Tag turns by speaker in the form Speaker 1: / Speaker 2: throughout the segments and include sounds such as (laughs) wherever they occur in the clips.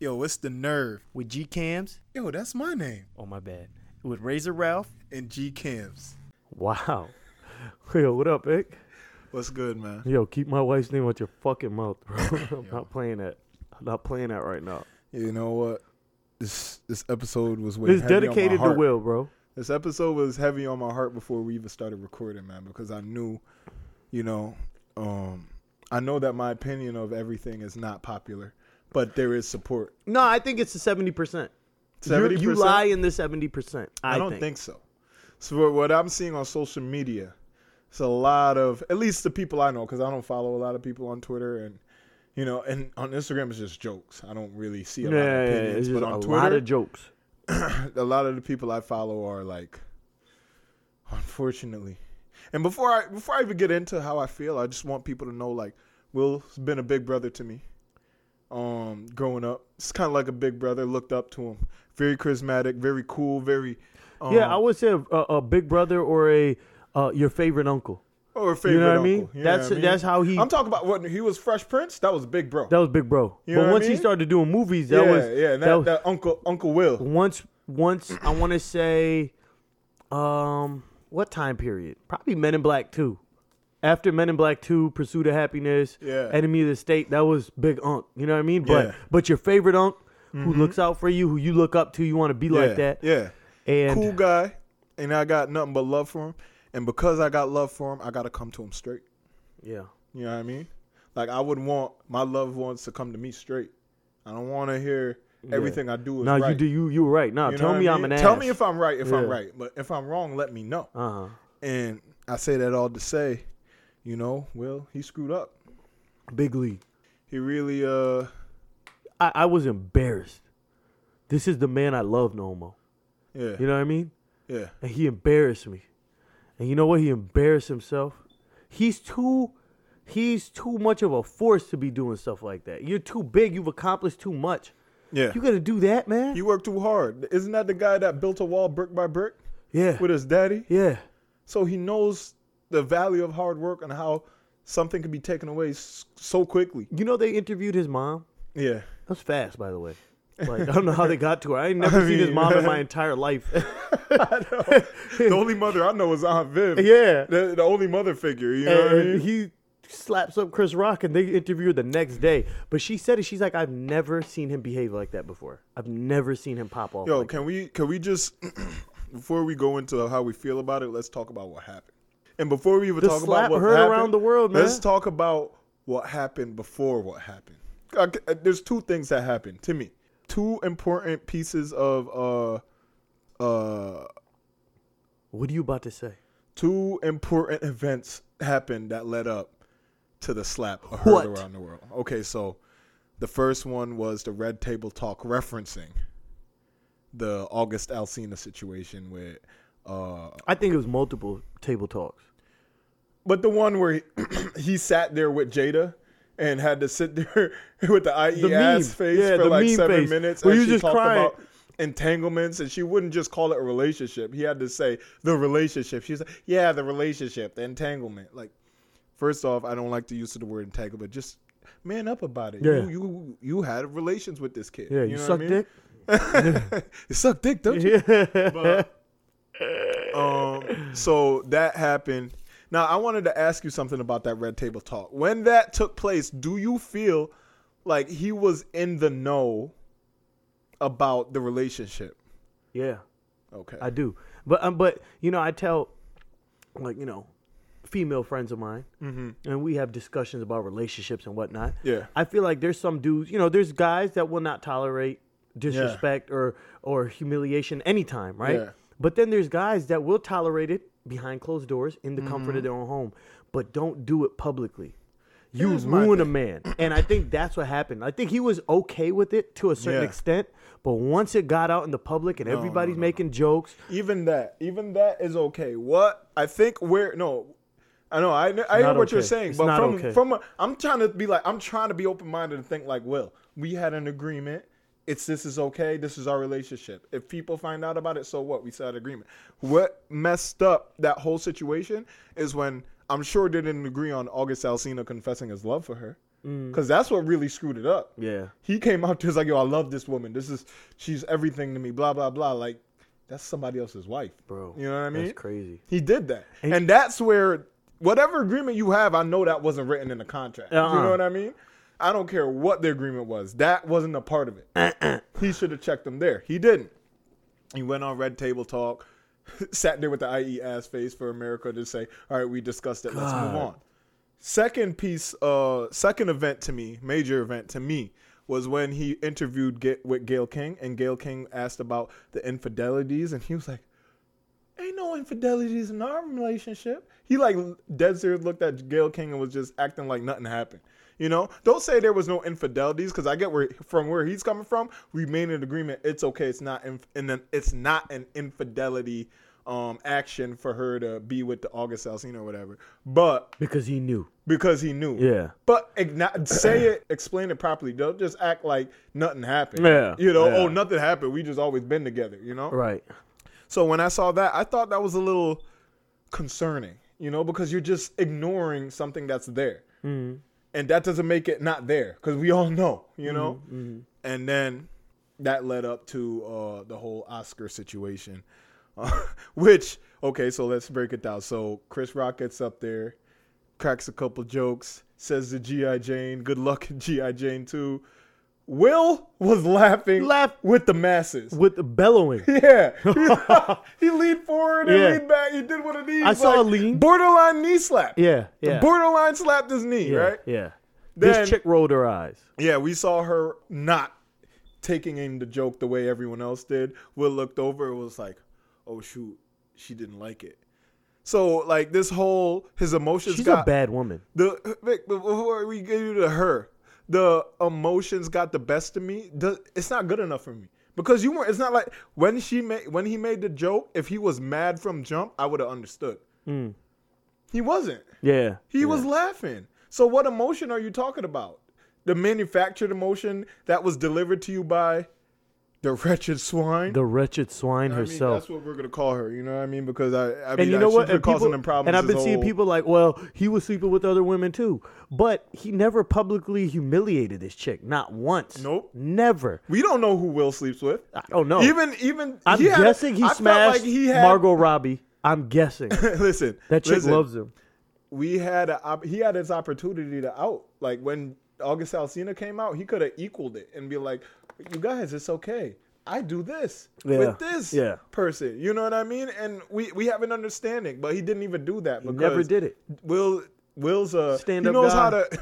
Speaker 1: Yo, what's the nerve?
Speaker 2: with G Cams.
Speaker 1: Yo, that's my name.
Speaker 2: Oh my bad. With Razor Ralph.
Speaker 1: And G Camps.
Speaker 3: Wow. (laughs) Yo, what up, Ick?
Speaker 1: What's good, man?
Speaker 3: Yo, keep my wife's name out your fucking mouth, bro. (laughs) I'm not playing that. I'm not playing that right now.
Speaker 1: You know what? This this episode was weighing
Speaker 3: It's
Speaker 1: heavy on my
Speaker 3: dedicated to
Speaker 1: heart.
Speaker 3: Will, bro.
Speaker 1: This episode was heavy on my heart before we even started recording, man, because I knew, you know, um, I know that my opinion of everything is not popular, but there is support.
Speaker 3: No, I think it's the seventy percent. You
Speaker 1: 70%?
Speaker 3: lie in the seventy percent. I,
Speaker 1: I, don't think. so. So what- what I'm seeing on social media, it's a lot of at least the people I know because I don't follow a lot of people on Twitter and you know and on Instagram it's just jokes. I don't really see a
Speaker 3: Yeah,
Speaker 1: lot of
Speaker 3: yeah,
Speaker 1: opinions,
Speaker 3: it's just
Speaker 1: but
Speaker 3: a
Speaker 1: on
Speaker 3: lot
Speaker 1: Twitter
Speaker 3: of jokes.
Speaker 1: a lot of the people I follow are like, unfortunately. And before I before I even get into how I feel, I just want people to know like Will's been a big brother to me. Um, growing up, it's kind of like a big brother. Looked up to him. Very charismatic, very cool, very. Um,
Speaker 3: yeah, I would say a, a, a big brother or a uh, your favorite uncle.
Speaker 1: Or a favorite
Speaker 3: know what I
Speaker 1: uncle.
Speaker 3: mean?
Speaker 1: You know
Speaker 3: That's-
Speaker 1: what I mean?
Speaker 3: that's how he-
Speaker 1: I'm talking about when he was Fresh Prince. That was Big Bro.
Speaker 3: That was Big Bro.
Speaker 1: You know
Speaker 3: but
Speaker 1: what I
Speaker 3: once he
Speaker 1: mean?
Speaker 3: started doing movies, that
Speaker 1: yeah,
Speaker 3: was
Speaker 1: yeah. and
Speaker 3: that
Speaker 1: That,
Speaker 3: was-
Speaker 1: that Uncle Uncle Will.
Speaker 3: once once I want to say, um, what time period? Probably Men in Black Two. After Men in Black Two, Pursuit of Happiness,
Speaker 1: Yeah.
Speaker 3: Enemy of the State, that was Big Unk. You know what I mean?
Speaker 1: Yeah. Mm-hmm.
Speaker 3: But but your favorite Unk, who looks out for you, who you look up to, you want to be
Speaker 1: yeah,
Speaker 3: like that.
Speaker 1: Yeah.
Speaker 3: And
Speaker 1: cool guy, and I got nothing but love for him. And because I got love for him, I gotta come to him straight.
Speaker 3: yeah,
Speaker 1: You know what I mean? Like I would want my loved ones to come to me straight. I don't want to hear everything I do is
Speaker 3: no,
Speaker 1: right.
Speaker 3: you do you you were right. No,
Speaker 1: You know
Speaker 3: tell
Speaker 1: what I
Speaker 3: me I'm
Speaker 1: mean?
Speaker 3: an
Speaker 1: Tell
Speaker 3: ass.
Speaker 1: me if I'm right. If I'm
Speaker 3: Yeah.
Speaker 1: right, but if I'm wrong, let me know.
Speaker 3: uh-huh.
Speaker 1: And I say that all to say, you know, well, he screwed up.
Speaker 3: big league.
Speaker 1: He really uh
Speaker 3: I, I was embarrassed. This is the man I love, Nomo.
Speaker 1: yeah
Speaker 3: You know what I mean?
Speaker 1: yeah
Speaker 3: and he embarrassed me. And you know what? He embarrassed himself. He's too he's too much of a force to be doing stuff like that. You're too big, you've accomplished too much.
Speaker 1: yeah.
Speaker 3: You gotta do that, man.
Speaker 1: He worked too hard. Isn't that the guy that built a wall brick by brick
Speaker 3: yeah.
Speaker 1: with his daddy?
Speaker 3: Yeah.
Speaker 1: So he knows the value of hard work and how something can be taken away s- so quickly.
Speaker 3: You know they interviewed his mom?
Speaker 1: Yeah.
Speaker 3: That's fast, by the way. Like I don't know how they got to her. I (laughs) ain't never seen his
Speaker 1: mean,
Speaker 3: mom in my entire life. (laughs)
Speaker 1: the only mother I know is Aunt Viv.
Speaker 3: yeah.
Speaker 1: The, the only mother figure, you know what I mean?
Speaker 3: And he slaps up Chris Rock and they interview her the next day. But she said it, she's like, I've never seen him behave like that before. I've never seen him pop off.
Speaker 1: Yo,
Speaker 3: like
Speaker 1: can we can we just (clears throat) before we go into how we feel about it, let's talk about what happened. And before we even
Speaker 3: The
Speaker 1: talk
Speaker 3: slap
Speaker 1: about what
Speaker 3: heard
Speaker 1: happened,
Speaker 3: around the world, man.
Speaker 1: Let's talk about what happened before what happened. I c- uh, There's two things that happened to me. Two important pieces of uh uh
Speaker 3: What are you about to say?
Speaker 1: two important events happened that led up to the slap heard
Speaker 3: What?
Speaker 1: around the world. Okay, so the first one was the Red Table Talk referencing the August Alsina situation with, uh,
Speaker 3: I think it was multiple table talks.
Speaker 1: but the one where he, (clears throat) he sat there with Jada. And had to sit (laughs) there with the IE
Speaker 3: The
Speaker 1: ass
Speaker 3: meme.
Speaker 1: face
Speaker 3: Yeah,
Speaker 1: for
Speaker 3: the
Speaker 1: like
Speaker 3: meme
Speaker 1: seven
Speaker 3: face.
Speaker 1: minutes.
Speaker 3: Where
Speaker 1: and
Speaker 3: you
Speaker 1: she
Speaker 3: just
Speaker 1: talked
Speaker 3: crying.
Speaker 1: about entanglements, and she wouldn't just call it a relationship. He had to say the relationship. She was like, "Yeah, the relationship, the entanglement." Like, First off, I don't like the use of the word entangle, but just man up about it.
Speaker 3: Yeah.
Speaker 1: You, you you had relations with this kid.
Speaker 3: Yeah, you,
Speaker 1: know
Speaker 3: suck
Speaker 1: what I mean?
Speaker 3: dick.
Speaker 1: You suck dick, don't you?
Speaker 3: (laughs)
Speaker 1: But, um, so that happened. Now I wanted to ask you something about that red table talk. When that took place, do you feel like he was in the know about the relationship?
Speaker 3: Yeah,
Speaker 1: Okay.
Speaker 3: I do. But um, but you know, I tell like you know, female friends of mine, and we have discussions about relationships and whatnot.
Speaker 1: Mm-hmm. Yeah.
Speaker 3: I feel like there's some dudes. You know, there's guys that will not tolerate disrespect or or humiliation anytime, right?
Speaker 1: Yeah.
Speaker 3: But then there's guys that will tolerate it behind closed doors in the comfort
Speaker 1: Mm-hmm.
Speaker 3: of their own home, but don't do it publicly. You
Speaker 1: Here's my
Speaker 3: ruin a man. And I think that's what happened. I think he was okay with it to a certain
Speaker 1: Yeah.
Speaker 3: extent, but once it got out in the public and everybody's making jokes,
Speaker 1: even that, even that is okay. What I think where no, I know I, I hear
Speaker 3: not
Speaker 1: what you're
Speaker 3: okay.
Speaker 1: saying,
Speaker 3: It's
Speaker 1: but
Speaker 3: not
Speaker 1: from
Speaker 3: okay.
Speaker 1: from a, I'm trying to be like I'm trying to be open minded and think like, well, we had an agreement. It's this is okay. This is our relationship. If people find out about it, so what? We signed an agreement. What messed up that whole situation is when I'm sure they didn't agree on August Alsina confessing his love for her.
Speaker 3: Mm.
Speaker 1: Because that's what really screwed it up.
Speaker 3: Yeah.
Speaker 1: He came out just like, yo, I love this woman. This is, she's everything to me, blah, blah, blah. Like, that's somebody else's wife.
Speaker 3: Bro,
Speaker 1: You know what I mean?
Speaker 3: That's crazy.
Speaker 1: He did that.
Speaker 3: And-
Speaker 1: And, that's where whatever agreement you have, I know that wasn't written in the contract. You
Speaker 3: Uh-uh.
Speaker 1: know what I mean? I don't care what the agreement was. That wasn't a part of it. he should have checked them there. He didn't. He went on Red Table Talk, (laughs) sat there with the IE ass face for America to say, all right, we discussed it. Let's move on. Second piece, uh, second event to me, major event to me, was when he interviewed Ga- with Gail King, and Gail King asked about the infidelities, and he was like, ain't no infidelities in our relationship. He like dead serious looked at Gail King and was just acting like nothing happened. You know, don't say there was no infidelities because I get where from where he's coming from. We made an agreement. It's okay. It's not in, and then it's not an infidelity um action for her to be with the August Alsina or whatever. But
Speaker 3: Because he knew.
Speaker 1: because he knew,
Speaker 3: Yeah.
Speaker 1: But igno- say it, explain it properly. Don't just act like nothing happened.
Speaker 3: Yeah,
Speaker 1: you know.
Speaker 3: yeah.
Speaker 1: Oh, nothing happened. We just always been together. You know.
Speaker 3: Right.
Speaker 1: So when I saw that, I thought that was a little concerning, you know, because you're just ignoring something that's there. And that doesn't make it not there because we all know, you know? And then that led up to uh, the whole Oscar situation, uh, (laughs) which, okay, so let's break it down. So Chris Rock gets up there, cracks a couple jokes, says to G.I. Jane, good luck, G.I. Jane, too. Will was laughing
Speaker 3: Laugh-
Speaker 1: with the masses.
Speaker 3: With
Speaker 1: (laughs)
Speaker 3: the bellowing. (laughs)
Speaker 1: Yeah. he leaned forward and
Speaker 3: Yeah.
Speaker 1: leaned back. He did what it needs.
Speaker 3: I saw a lean.
Speaker 1: Borderline knee slap.
Speaker 3: Yeah. Yeah.
Speaker 1: Borderline slapped his knee,
Speaker 3: yeah,
Speaker 1: right?
Speaker 3: Yeah.
Speaker 1: Then-
Speaker 3: this chick rolled her eyes.
Speaker 1: Yeah, we saw her not taking in the joke the way everyone else did. Will looked over and was like, oh, shoot, she didn't like it. So, like, this whole, his emotions
Speaker 3: She's
Speaker 1: got.
Speaker 3: a bad woman.
Speaker 1: The Vic, before we get you to her, the emotions got the best of me. The- it's not good enough for me because you weren't. It's not like when she made when he made the joke. If he was mad from jump, I would have understood. He wasn't.
Speaker 3: Hmm. Yeah.
Speaker 1: He was laughing. So what emotion are you talking about? The manufactured emotion that was delivered to you by the wretched swine.
Speaker 3: the wretched swine
Speaker 1: I mean,
Speaker 3: herself.
Speaker 1: that's what we're gonna call her. You know what I mean? Because I, I mean,
Speaker 3: and you
Speaker 1: I-
Speaker 3: know
Speaker 1: she's
Speaker 3: what?
Speaker 1: been
Speaker 3: people-
Speaker 1: causing them problems.
Speaker 3: and I've
Speaker 1: his
Speaker 3: been seeing
Speaker 1: whole-
Speaker 3: people like, well, he was sleeping with other women too, but he never publicly humiliated this chick. Not once.
Speaker 1: Nope.
Speaker 3: Never.
Speaker 1: We don't know who Will sleeps with.
Speaker 3: I oh, don't know.
Speaker 1: Even even
Speaker 3: I'm
Speaker 1: he had-
Speaker 3: guessing he
Speaker 1: I felt
Speaker 3: smashed
Speaker 1: like he had,
Speaker 3: Margot Robbie. I'm guessing
Speaker 1: (laughs) listen,
Speaker 3: that chick
Speaker 1: listen,
Speaker 3: loves him.
Speaker 1: We had a op- he had his opportunity to out like when August Alsina came out, he could have equaled it and be like, "You guys, it's okay. I do this
Speaker 3: Yeah,
Speaker 1: with this
Speaker 3: yeah.
Speaker 1: person." You know what I mean? And we we have an understanding, but he didn't even do that.
Speaker 3: He
Speaker 1: Because
Speaker 3: never
Speaker 1: (laughs)
Speaker 3: did it
Speaker 1: Will Will's a
Speaker 3: Stand
Speaker 1: he
Speaker 3: up
Speaker 1: knows
Speaker 3: guy.
Speaker 1: how to.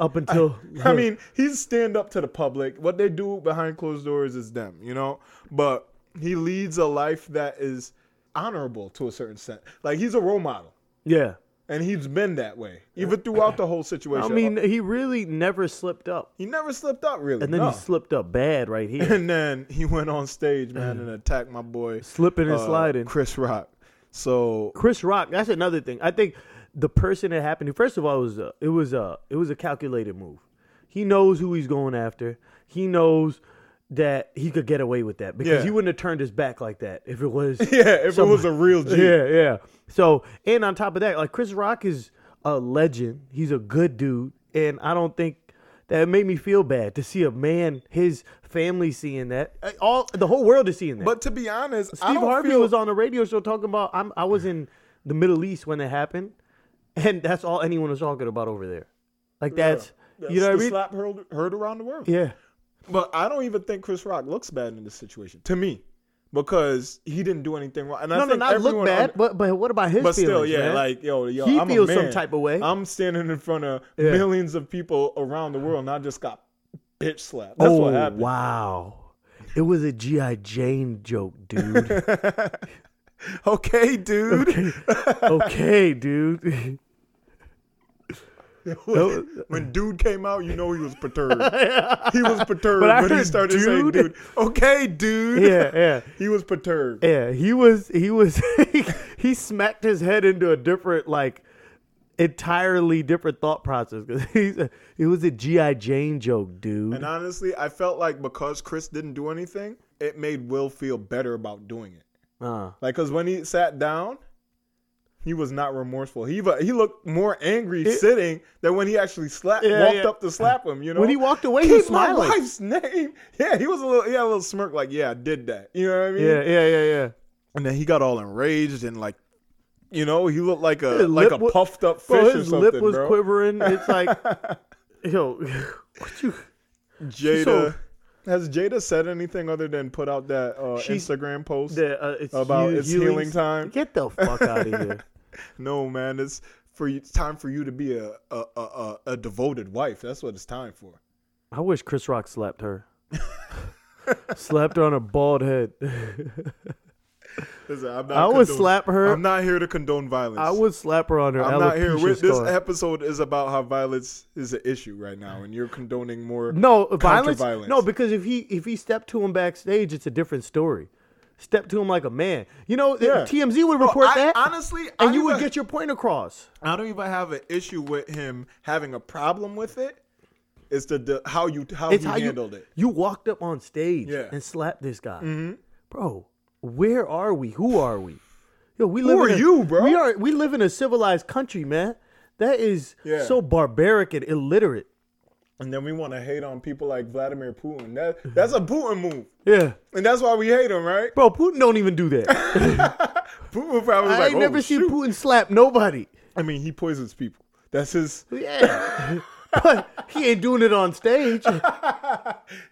Speaker 3: up until.
Speaker 1: I mean, he's stand up to the public. What they do behind closed doors is them, you know. But he leads a life that is honorable to a certain extent. Like he's a role model,
Speaker 3: yeah.
Speaker 1: and he's been that way even throughout the whole
Speaker 3: I
Speaker 1: situation.
Speaker 3: mean, he really never slipped up,
Speaker 1: he never slipped up really.
Speaker 3: and then
Speaker 1: no.
Speaker 3: he slipped up bad
Speaker 1: (laughs)
Speaker 3: right here.
Speaker 1: and then he went on stage, man, and attacked my boy,
Speaker 3: Slipping Mm. and
Speaker 1: uh,
Speaker 3: sliding.
Speaker 1: Chris Rock. So (laughs)
Speaker 3: Chris Rock. That's another thing. I think the person that happened. to- First of all, it was a, it was a it was a calculated move. He knows who he's going after. He knows that he could get away with that because
Speaker 1: Yeah.
Speaker 3: he wouldn't have turned his back like that if
Speaker 1: (laughs)
Speaker 3: it was
Speaker 1: yeah, if it was a real G,
Speaker 3: (laughs) yeah yeah. So and on top of that, like Chris Rock is a legend. He's a good dude, and I don't think. That it made me feel bad to see a man, his family seeing that. Uh, All the whole world is seeing that.
Speaker 1: But to be honest, I
Speaker 3: Steve
Speaker 1: don't
Speaker 3: Harvey
Speaker 1: feel
Speaker 3: was on a radio show talking about I'm, I was in the Middle East when it happened, and that's all anyone was talking about over there. Like that's you know what I
Speaker 1: the
Speaker 3: mean?
Speaker 1: slap heard, heard around the world.
Speaker 3: Yeah,
Speaker 1: But I don't even think Chris Rock looks bad in this situation to me because he didn't do anything wrong. And I
Speaker 3: no, no,
Speaker 1: think
Speaker 3: not look
Speaker 1: everyone
Speaker 3: bad,
Speaker 1: under-
Speaker 3: but but what about his?
Speaker 1: but still,
Speaker 3: feelings,
Speaker 1: yeah,
Speaker 3: man?
Speaker 1: like yo, yo,
Speaker 3: He
Speaker 1: I'm
Speaker 3: feels
Speaker 1: a
Speaker 3: some
Speaker 1: man.
Speaker 3: type of way.
Speaker 1: I'm standing in front of
Speaker 3: Yeah.
Speaker 1: millions of people around the world, and I just got bitch slapped. That's
Speaker 3: oh
Speaker 1: what happened.
Speaker 3: wow, it was a GI Jane joke, dude.
Speaker 1: Okay, (laughs) dude.
Speaker 3: (laughs) okay, dude. (laughs)
Speaker 1: when dude came out, you know he was
Speaker 3: (laughs)
Speaker 1: perturbed. he was perturbed
Speaker 3: But I
Speaker 1: when he
Speaker 3: heard
Speaker 1: started saying,
Speaker 3: dude.
Speaker 1: "Dude, okay, dude."
Speaker 3: yeah, yeah.
Speaker 1: (laughs) he was perturbed.
Speaker 3: Yeah, he was he was (laughs) he smacked his head into a different like entirely different thought process because (laughs) he's a, it was a GI Jane joke, dude. Uh.
Speaker 1: And honestly, I felt like because Chris didn't do anything, it made Will feel better about doing it.
Speaker 3: uh,
Speaker 1: Like, cause when he sat down, he was not remorseful. He va- he looked more angry sitting than when he actually slapped
Speaker 3: Yeah,
Speaker 1: walked
Speaker 3: yeah.
Speaker 1: up to slap him. You know,
Speaker 3: When he walked away, he
Speaker 1: Keep
Speaker 3: was smiling.
Speaker 1: My wife's name. (laughs) Yeah, he was a little. He had a little smirk, like, "Yeah, I did that." You know what I mean?
Speaker 3: Yeah, yeah, yeah, yeah.
Speaker 1: And then he got all enraged and like, you know, he looked like a
Speaker 3: His
Speaker 1: like
Speaker 3: lip
Speaker 1: a
Speaker 3: wa-
Speaker 1: puffed up fish
Speaker 3: Bro,
Speaker 1: or
Speaker 3: his
Speaker 1: something,
Speaker 3: lip was
Speaker 1: bro.
Speaker 3: quivering. It's like,
Speaker 1: (laughs)
Speaker 3: yo, (laughs) what you?
Speaker 1: Jada.
Speaker 3: so-
Speaker 1: has Jada said anything other than put out that uh,
Speaker 3: She's-
Speaker 1: Instagram post?
Speaker 3: The, uh, it's
Speaker 1: About
Speaker 3: you-
Speaker 1: it's
Speaker 3: you-
Speaker 1: healing time?
Speaker 3: Get the fuck
Speaker 1: (laughs)
Speaker 3: out of here.
Speaker 1: No, man, it's for you, it's time for you to be a a, a a a devoted wife. That's what it's time for.
Speaker 3: I wish Chris Rock slapped her. (laughs) slapped her on her bald head.
Speaker 1: Listen, I'm not
Speaker 3: I would
Speaker 1: condone-
Speaker 3: slap her.
Speaker 1: I'm not here to condone violence.
Speaker 3: I would slap her on her.
Speaker 1: I'm not here.
Speaker 3: alopecia
Speaker 1: With, this
Speaker 3: scar.
Speaker 1: episode is about how violence is an issue right now, and you're condoning more.
Speaker 3: No violence.
Speaker 1: violence.
Speaker 3: No, because if he if he stepped to him backstage, it's a different story. Step to him like a man. You know,
Speaker 1: Yeah. Oh,
Speaker 3: TMZ would report
Speaker 1: I-
Speaker 3: that.
Speaker 1: honestly,
Speaker 3: and
Speaker 1: I
Speaker 3: you would
Speaker 1: even-
Speaker 3: get your point across.
Speaker 1: I don't even have an issue with him having a problem with it. It's the, the how you how
Speaker 3: It's
Speaker 1: you
Speaker 3: how
Speaker 1: handled
Speaker 3: you
Speaker 1: it.
Speaker 3: you walked up on stage
Speaker 1: Yeah. Mm-hmm.
Speaker 3: and slapped this guy, bro. Where are we? Who are we? Yo, we live.
Speaker 1: are
Speaker 3: in a-
Speaker 1: you, bro?
Speaker 3: We are. We live in a civilized country, man. That is
Speaker 1: Yeah.
Speaker 3: so barbaric and illiterate.
Speaker 1: And then we want to hate on people like Vladimir Putin. That that's a Putin move,
Speaker 3: Yeah,
Speaker 1: and that's why we hate him, right?
Speaker 3: bro. Putin don't even
Speaker 1: (laughs)
Speaker 3: do that.
Speaker 1: Putin probably was
Speaker 3: I
Speaker 1: like,
Speaker 3: ain't never
Speaker 1: "Oh,
Speaker 3: seen
Speaker 1: shoot."
Speaker 3: Putin slap nobody.
Speaker 1: I mean, he poisons people. That's his.
Speaker 3: Yeah. (laughs) but he ain't doing it on stage.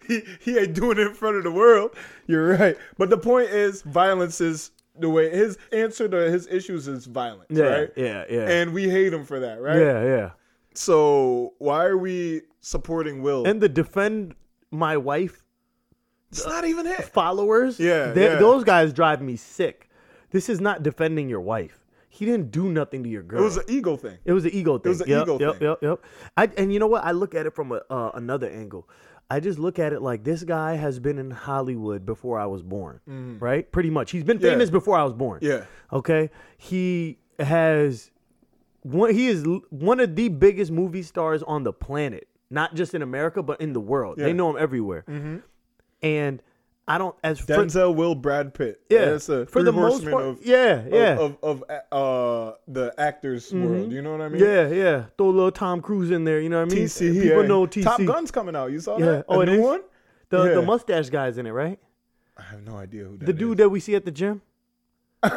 Speaker 1: he he ain't doing it in front of the world. You're right. But the point is, violence is the way his answer to his issues is violence,
Speaker 3: Yeah,
Speaker 1: right?
Speaker 3: yeah, yeah.
Speaker 1: And we hate him for that, right?
Speaker 3: Yeah, yeah.
Speaker 1: So why are we supporting Will?
Speaker 3: And the defend my wife
Speaker 1: it's not even it.
Speaker 3: followers.
Speaker 1: Yeah,
Speaker 3: they-
Speaker 1: yeah.
Speaker 3: Those guys drive me sick. This is not defending your wife. He didn't do nothing to your girl.
Speaker 1: It was an ego thing.
Speaker 3: It was an ego thing.
Speaker 1: was an
Speaker 3: yep,
Speaker 1: ego
Speaker 3: yep,
Speaker 1: thing.
Speaker 3: Yep, yep, I, and you know what? I look at it from a, uh, another angle. I just look at it like this guy has been in Hollywood before I was born, right? Pretty much. He's been
Speaker 1: Mm. Yeah.
Speaker 3: famous before I was born.
Speaker 1: Yeah.
Speaker 3: Okay. He has one. He is l- one of the biggest movie stars on the planet, not just in America, but in the world. They know him everywhere.
Speaker 1: Mm-hmm.
Speaker 3: And I don't as for-
Speaker 1: Denzel, Will, Brad Pitt.
Speaker 3: Yeah,
Speaker 1: That's a
Speaker 3: for the
Speaker 1: three
Speaker 3: most
Speaker 1: horsemen
Speaker 3: part-
Speaker 1: Of,
Speaker 3: yeah,
Speaker 1: of-
Speaker 3: yeah. Mm-hmm.
Speaker 1: Of, of, uh, the actors world. You know what I mean?
Speaker 3: yeah, yeah. Throw a little Tom Cruise in there. You know what I mean?
Speaker 1: TC. he
Speaker 3: People
Speaker 1: ain't-
Speaker 3: know TC.
Speaker 1: Top Gun's coming out. You saw
Speaker 3: Yeah.
Speaker 1: that?
Speaker 3: Oh,
Speaker 1: a
Speaker 3: it
Speaker 1: new
Speaker 3: is?
Speaker 1: one.
Speaker 3: The
Speaker 1: Yeah.
Speaker 3: the mustache guy's in it, right?
Speaker 1: I have no idea who that
Speaker 3: The
Speaker 1: is.
Speaker 3: dude that we see at the gym. (laughs)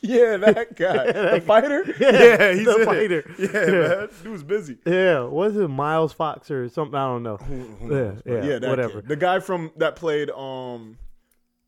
Speaker 1: Yeah, (laughs) that guy, the (laughs) fighter.
Speaker 3: Yeah,
Speaker 1: he's
Speaker 3: (laughs) the
Speaker 1: in it.
Speaker 3: fighter.
Speaker 1: (laughs) Yeah,
Speaker 3: Yeah.
Speaker 1: man, dude's busy.
Speaker 3: Yeah, was it Miles Fox or something? I don't know. yeah,
Speaker 1: Yeah,
Speaker 3: yeah,
Speaker 1: that
Speaker 3: whatever.
Speaker 1: kid. The guy from that played um,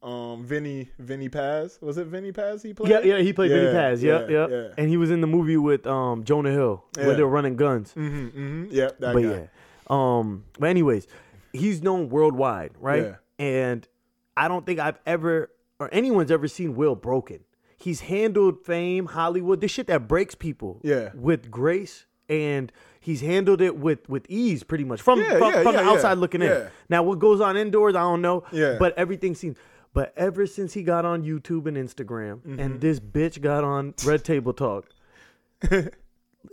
Speaker 1: um, Vinny Vinny Paz. Was it Vinny Paz he played?
Speaker 3: Yeah, yeah, he played Vinny Paz. Yeah, yeah,
Speaker 1: yeah.
Speaker 3: And he was in the movie with um Jonah Hill
Speaker 1: Yeah.
Speaker 3: where they're running guns.
Speaker 1: hmm hmm yeah, that
Speaker 3: but
Speaker 1: guy.
Speaker 3: yeah. Um but anyways, he's known worldwide, right? And I don't think I've ever or anyone's ever seen Will broken. He's handled fame, Hollywood, the shit that breaks people
Speaker 1: Yeah.
Speaker 3: with grace and he's handled it with with ease pretty much from
Speaker 1: Yeah,
Speaker 3: from,
Speaker 1: yeah,
Speaker 3: from
Speaker 1: yeah,
Speaker 3: the
Speaker 1: yeah.
Speaker 3: outside looking
Speaker 1: Yeah.
Speaker 3: in. Now what goes on indoors, I don't know.
Speaker 1: Yeah.
Speaker 3: But everything seems but ever since he got on YouTube and Instagram
Speaker 1: Mm-hmm.
Speaker 3: and this bitch got on Red Table Talk, this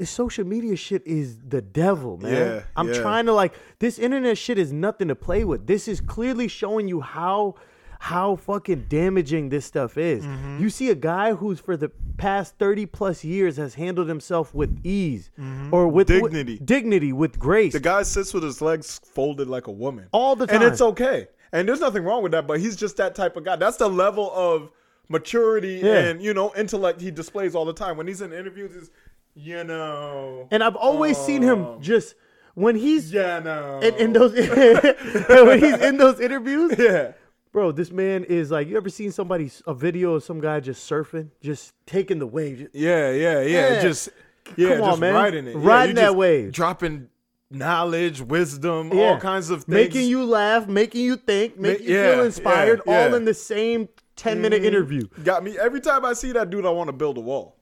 Speaker 3: social media shit is the devil, man.
Speaker 1: Yeah,
Speaker 3: I'm
Speaker 1: yeah.
Speaker 3: trying to like this internet shit is nothing to play with. This is clearly showing you how how fucking damaging this stuff is.
Speaker 1: Mm-hmm.
Speaker 3: You see a guy who's for the past 30 plus years has handled himself with ease or with with-
Speaker 1: Mm-hmm. Dignity.
Speaker 3: dignity with grace.
Speaker 1: The guy sits with his legs folded like a woman
Speaker 3: All the
Speaker 1: and it's
Speaker 3: time.
Speaker 1: okay. And there's nothing wrong with that. But he's just that type of guy. That's the level of maturity
Speaker 3: Yeah.
Speaker 1: and you know intellect he displays all the time. When he's in interviews, is you know,
Speaker 3: and I've always seen
Speaker 1: Oh.
Speaker 3: him just when he's
Speaker 1: yeah, no,
Speaker 3: in, in those (laughs) when he's in those interviews,
Speaker 1: yeah.
Speaker 3: Bro, this man is like, you ever seen somebody, a video of some guy just surfing, just taking the wave? Just-
Speaker 1: Yeah, yeah, yeah.
Speaker 3: Yeah.
Speaker 1: Just yeah,
Speaker 3: Come on,
Speaker 1: just
Speaker 3: man.
Speaker 1: riding it, Yeah,
Speaker 3: Riding
Speaker 1: you
Speaker 3: that
Speaker 1: just
Speaker 3: wave.
Speaker 1: dropping knowledge, wisdom, all
Speaker 3: yeah.
Speaker 1: kinds of things.
Speaker 3: Making you laugh, making you think, making you
Speaker 1: yeah, yeah,
Speaker 3: feel inspired, all
Speaker 1: yeah. Mm-hmm.
Speaker 3: in the same 10 minute interview.
Speaker 1: got me every time I see that dude. I want to build a wall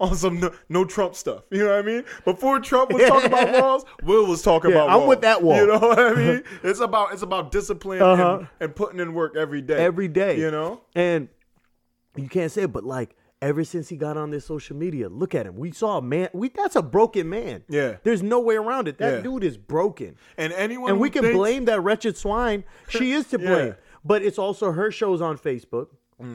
Speaker 1: on some no, no Trump stuff. You know what I mean? Before Trump was talking
Speaker 3: (laughs)
Speaker 1: about walls, Will was talking
Speaker 3: Yeah,
Speaker 1: about.
Speaker 3: I'm
Speaker 1: walls.
Speaker 3: with that wall.
Speaker 1: You know what I
Speaker 3: (laughs)
Speaker 1: mean? It's about it's about discipline
Speaker 3: Uh-huh.
Speaker 1: and, and putting in work every day.
Speaker 3: Every day.
Speaker 1: You know?
Speaker 3: And you can't say it, but like, ever since he got on this social media, look at him. We saw a man, we that's a broken man.
Speaker 1: Yeah.
Speaker 3: There's no way around it. That
Speaker 1: Yeah.
Speaker 3: dude is broken.
Speaker 1: And anyone
Speaker 3: and
Speaker 1: who
Speaker 3: we can
Speaker 1: thinks-
Speaker 3: blame that wretched swine. She is to
Speaker 1: Yeah. Mm.
Speaker 3: blame, but it's also her shows on Facebook.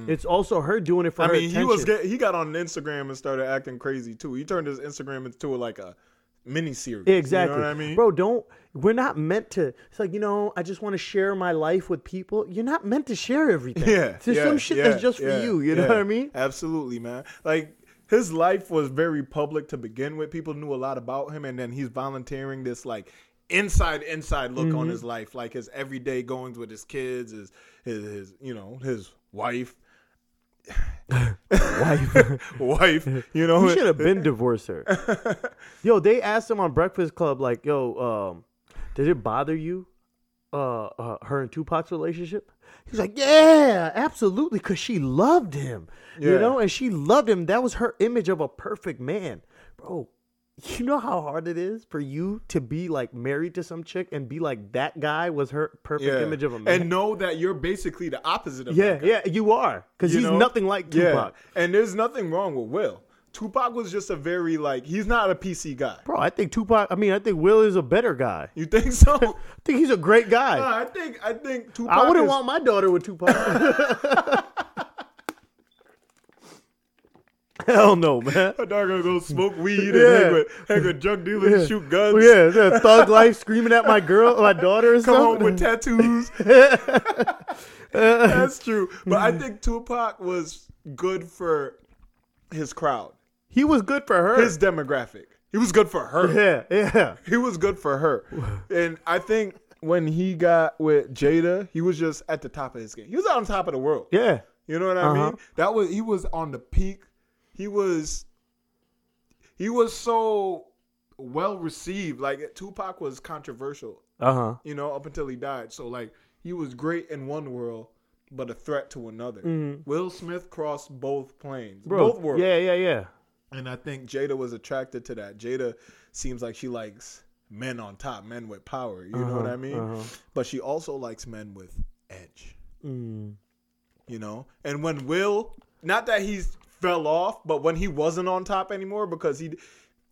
Speaker 3: It's also her doing it for
Speaker 1: I
Speaker 3: her
Speaker 1: mean, he
Speaker 3: attention.
Speaker 1: was get, he got on Instagram and started acting crazy too. He turned his Instagram into like a mini series.
Speaker 3: Exactly.
Speaker 1: You know what I mean?
Speaker 3: Bro, don't we're not meant to it's like, you know, I just want to share my life with people. You're not meant to share everything.
Speaker 1: (laughs) yeah.
Speaker 3: There's
Speaker 1: yeah,
Speaker 3: some shit
Speaker 1: yeah,
Speaker 3: that's just
Speaker 1: yeah,
Speaker 3: for you. You
Speaker 1: yeah.
Speaker 3: know what I mean?
Speaker 1: Absolutely, man. Like his life was very public to begin with. People knew a lot about him, and then he's volunteering this like inside inside look
Speaker 3: Mm-hmm.
Speaker 1: on his life, like his everyday goings with his kids, his his, his you know his wife, (laughs)
Speaker 3: Wife.
Speaker 1: wife. You know,
Speaker 3: You should have been divorced her. yo, they asked him on Breakfast Club, like, yo, um, did it bother you, uh, uh, her and Tupac's relationship? He's like, yeah, absolutely, because she loved him, you
Speaker 1: Yeah.
Speaker 3: know, and she loved him. That was her image of a perfect man, bro. You know how hard it is for you to be like married to some chick and be like that guy was her
Speaker 1: (laughs)
Speaker 3: perfect
Speaker 1: yeah.
Speaker 3: image of a man.
Speaker 1: and know that you're basically the opposite of
Speaker 3: yeah,
Speaker 1: that guy.
Speaker 3: yeah, you are because
Speaker 1: You
Speaker 3: he's
Speaker 1: know?
Speaker 3: nothing like Tupac,
Speaker 1: Yeah. And there's nothing wrong with Will. Tupac was just a very like he's not a PC guy.
Speaker 3: bro. I think Tupac. I mean, I think Will is a better guy.
Speaker 1: You think
Speaker 3: (laughs)
Speaker 1: so? Nah,
Speaker 3: I think he's a great guy.
Speaker 1: I think I think Tupac.
Speaker 3: I wouldn't
Speaker 1: is-
Speaker 3: want my daughter
Speaker 1: (laughs)
Speaker 3: with Tupac. Hell no, man.
Speaker 1: my dog gonna
Speaker 3: (laughs)
Speaker 1: go smoke weed
Speaker 3: Yeah.
Speaker 1: and hang with, hang with drug dealers and shoot guns.
Speaker 3: Well, Oh, yeah, is that a thug life screaming at my girl, my daughter, or
Speaker 1: Come home
Speaker 3: something.
Speaker 1: with
Speaker 3: (laughs)
Speaker 1: tattoos. That's true. But
Speaker 3: Mm-hmm.
Speaker 1: I think Tupac was good for his crowd,
Speaker 3: he was good for her.
Speaker 1: his demographic. He was good for her.
Speaker 3: yeah, yeah.
Speaker 1: he was good for her. And I think when he got with Jada, he was just at the top of his game. He was on top of the world.
Speaker 3: Yeah.
Speaker 1: You know what I mean? That was he was on the peak. He was he was so well received. Like Tupac was controversial,
Speaker 3: Uh huh.
Speaker 1: you know, up until he died. So like he was great in one world, but a threat to another. Will Smith crossed both planes, both worlds.
Speaker 3: Yeah, yeah, yeah.
Speaker 1: And I think Jada was attracted to that. Jada seems like she likes men on top, men with power. You know what
Speaker 3: Uh-huh,
Speaker 1: I mean? But she also likes men with edge.
Speaker 3: Mm.
Speaker 1: You know? And when Will, not that he's fell off, but when he wasn't on top anymore because he.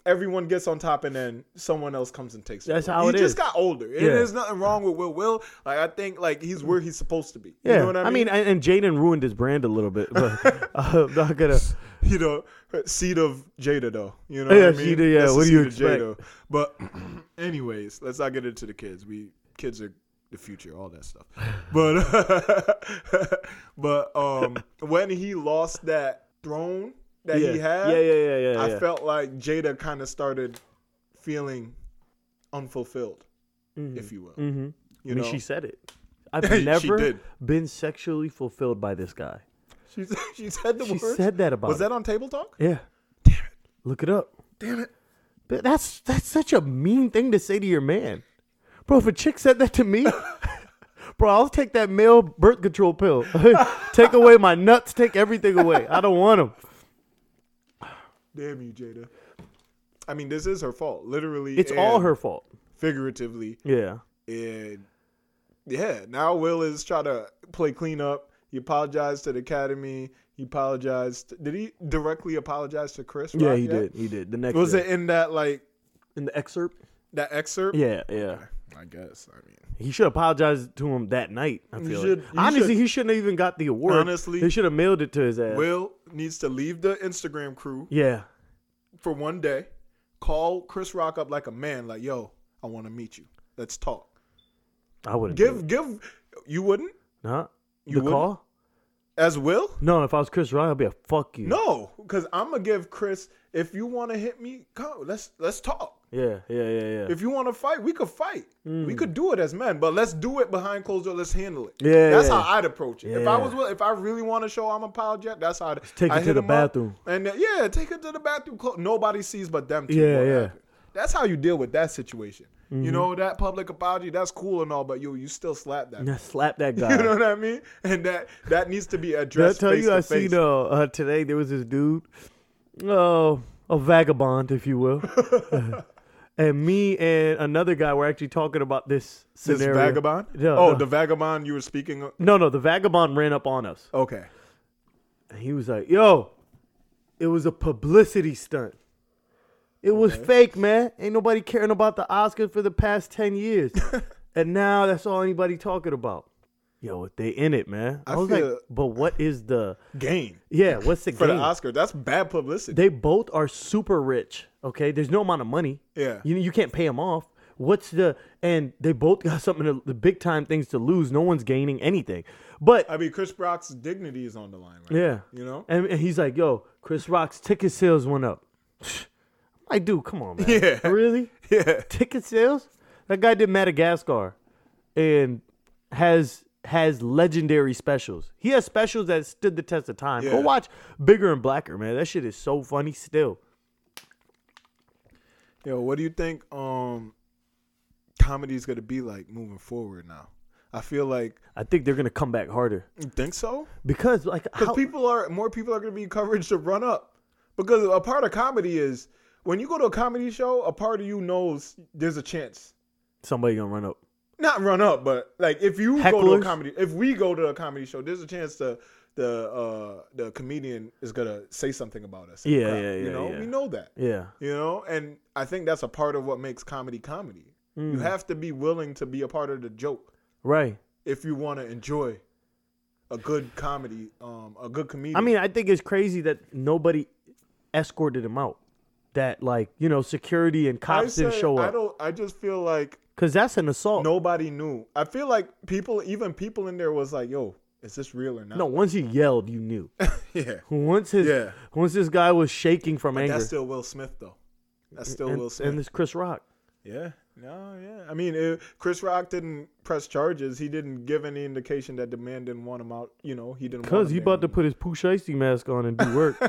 Speaker 1: Everyone gets on top, and then someone else comes and takes.
Speaker 3: That's
Speaker 1: over.
Speaker 3: how
Speaker 1: he
Speaker 3: it
Speaker 1: just
Speaker 3: is.
Speaker 1: got older. And
Speaker 3: Yeah.
Speaker 1: there's nothing wrong with Will. Will, like I think, like he's where he's supposed to be. You
Speaker 3: Yeah.
Speaker 1: know what I mean?
Speaker 3: and, and Jaden ruined his brand a little bit,
Speaker 1: (laughs)
Speaker 3: but (laughs) uh, I'm not gonna.
Speaker 1: you know, seed of Jada though. You know,
Speaker 3: Yeah,
Speaker 1: what I mean?
Speaker 3: she did, yeah.
Speaker 1: That's the
Speaker 3: What do you
Speaker 1: seed of
Speaker 3: expect?
Speaker 1: But (clears throat) anyways, let's not get into the kids. We kids are the future, all that stuff. But (laughs) but um, when he lost that throne that
Speaker 3: Yeah.
Speaker 1: he had,
Speaker 3: Yeah, yeah, yeah, yeah,
Speaker 1: I
Speaker 3: yeah.
Speaker 1: felt like Jada kind of started feeling unfulfilled, if you will. You
Speaker 3: Mm-hmm. I mean,
Speaker 1: know,
Speaker 3: she
Speaker 1: she,
Speaker 3: said it.
Speaker 1: She
Speaker 3: I've never
Speaker 1: did.
Speaker 3: been sexually fulfilled by this guy.
Speaker 1: (laughs) she, said the
Speaker 3: She
Speaker 1: word.
Speaker 3: said that about.
Speaker 1: Was
Speaker 3: him.
Speaker 1: that on table talk?
Speaker 3: Yeah. Damn it. Look it up.
Speaker 1: Damn it.
Speaker 3: But that's that's such a mean thing to say to your man. Bro, if a chick said that to me, (laughs) bro, I'll take that male birth control pill. (laughs) take away my nuts, take everything away. I don't want them.
Speaker 1: Damn you, Jada. I mean, this is her fault. Literally,
Speaker 3: It's all
Speaker 1: and
Speaker 3: her fault.
Speaker 1: figuratively.
Speaker 3: Yeah.
Speaker 1: And yeah, now Will is trying to play cleanup. He apologized to the academy. He apologized. Did he directly apologize to Chris?
Speaker 3: Yeah,
Speaker 1: Rock
Speaker 3: he
Speaker 1: yet?
Speaker 3: did. He did. The next
Speaker 1: Was
Speaker 3: day.
Speaker 1: it in that like
Speaker 3: in the excerpt?
Speaker 1: that excerpt?
Speaker 3: Yeah, yeah.
Speaker 1: I guess. I mean,
Speaker 3: He should apologize to him that night. I feel
Speaker 1: should-
Speaker 3: like.
Speaker 1: you
Speaker 3: honestly,
Speaker 1: should-
Speaker 3: he shouldn't have even got the award.
Speaker 1: Honestly-
Speaker 3: they should have mailed it to his ass.
Speaker 1: Will needs to leave the Instagram crew
Speaker 3: yeah,
Speaker 1: for one day. Call Chris Rock up like a man. Like, yo, I want to meet you. Let's talk.
Speaker 3: I wouldn't. do
Speaker 1: Give, give. You wouldn't
Speaker 3: it. huh?
Speaker 1: You
Speaker 3: the
Speaker 1: wouldn't?
Speaker 3: call?
Speaker 1: as Will.
Speaker 3: No, if I was Chris Rock, I'd be a fuck you.
Speaker 1: No, because I'm gonna give Chris. If you want to hit me, go. Let's let's talk.
Speaker 3: Yeah, yeah, yeah, yeah.
Speaker 1: If you want to fight, we could fight. We could do it as men, but let's do it behind closed doors. Let's handle it.
Speaker 3: Yeah,
Speaker 1: that's
Speaker 3: yeah.
Speaker 1: how I'd approach it. If I
Speaker 3: Yeah.
Speaker 1: was, will- if I really want to show I'm apologetic, that's how. I'd,
Speaker 3: take
Speaker 1: I
Speaker 3: it to
Speaker 1: hit
Speaker 3: the
Speaker 1: him up,
Speaker 3: bathroom.
Speaker 1: and then- yeah, take it to the bathroom. Clo- nobody sees but them. Two
Speaker 3: Yeah, Mm-hmm.
Speaker 1: What
Speaker 3: yeah.
Speaker 1: happened? That's how you deal with that situation. You know that public apology. That's cool and all, but you you still slap that.
Speaker 3: Yeah, slap that guy.
Speaker 1: (laughs) You know what I mean? And that that needs to be
Speaker 3: Did I
Speaker 1: addressed.
Speaker 3: tell
Speaker 1: face
Speaker 3: you
Speaker 1: to
Speaker 3: I
Speaker 1: face.
Speaker 3: seen uh, uh, today there was this dude, uh, a vagabond, if
Speaker 1: (laughs)
Speaker 3: you will. and me and another guy were actually talking about this
Speaker 1: This
Speaker 3: scenario.
Speaker 1: vagabond?
Speaker 3: No,
Speaker 1: oh,
Speaker 3: no.
Speaker 1: the vagabond you were speaking of?
Speaker 3: No, no, the vagabond ran up on us.
Speaker 1: Okay.
Speaker 3: And he was like, yo, it was a publicity stunt. It was fake, man. Ain't nobody caring
Speaker 1: (laughs)
Speaker 3: about the Oscars for the past 10 years. and now that's all anybody talking about. yo, they in it, man. I,
Speaker 1: I
Speaker 3: was
Speaker 1: feel-
Speaker 3: like, but what is the
Speaker 1: Game (laughs)
Speaker 3: yeah? What's the
Speaker 1: for
Speaker 3: game?
Speaker 1: the Oscar. That's bad publicity.
Speaker 3: they both are super rich. Okay, there's no amount of money.
Speaker 1: Yeah.
Speaker 3: you you can't pay them off. What's the and they both got something to, the big time things to lose. No one's gaining anything, but
Speaker 1: I mean, Chris Brock's dignity is on the line right
Speaker 3: yeah,
Speaker 1: now. You know?
Speaker 3: And, and he's like, "Yo, Chris Rock's ticket sales went up." (sighs) I do. Come on, man.
Speaker 1: Yeah. (laughs)
Speaker 3: really?
Speaker 1: Yeah.
Speaker 3: Ticket sales? That guy did Madagascar, and has has legendary specials. He has specials that stood the test of time. Go
Speaker 1: Yeah.
Speaker 3: watch Bigger and Blacker, man. That shit is so funny still.
Speaker 1: Yo, what do you think um comedy's gonna be like moving forward now? I feel like
Speaker 3: I think they're gonna come back harder
Speaker 1: you think so?
Speaker 3: because like how,
Speaker 1: Because people are more people are gonna be encouraged to run up. Because a part of comedy is when you go to a comedy show, a part of you knows there's a chance.
Speaker 3: somebody gonna run up.
Speaker 1: Not run up, but like if you go to
Speaker 3: Hecklers?
Speaker 1: a comedy if we go to a comedy show, there's a chance the the uh the comedian is gonna say something about us. in the
Speaker 3: Yeah,
Speaker 1: crowd,
Speaker 3: yeah,
Speaker 1: You
Speaker 3: yeah,
Speaker 1: know,
Speaker 3: yeah.
Speaker 1: we know that.
Speaker 3: Yeah,
Speaker 1: you know and i think that's a part of what makes comedy comedy
Speaker 3: Mm.
Speaker 1: you have to be willing to be a part of the joke
Speaker 3: right.
Speaker 1: if you want to enjoy a good comedy um a good comedian
Speaker 3: I mean, I think it's crazy that nobody escorted him out. That like you know security and
Speaker 1: I
Speaker 3: cops didn't
Speaker 1: say-
Speaker 3: show
Speaker 1: i
Speaker 3: up
Speaker 1: don't i just feel like
Speaker 3: because that's an assault.
Speaker 1: nobody knew i feel like people even people in there was like yo is this real or not
Speaker 3: No, once he yelled, you knew.
Speaker 1: (laughs) yeah
Speaker 3: Once his
Speaker 1: Yeah.
Speaker 3: once this guy was shaking from anger.
Speaker 1: that's still will smith though that's still
Speaker 3: and,
Speaker 1: will smith
Speaker 3: and this Chris Rock.
Speaker 1: yeah no yeah i mean it, chris rock didn't press charges he didn't give any indication that the man didn't want him out you know he didn't want
Speaker 3: Cause
Speaker 1: him
Speaker 3: he
Speaker 1: there.
Speaker 3: about to put his Pooh Shiesty mask on and do work.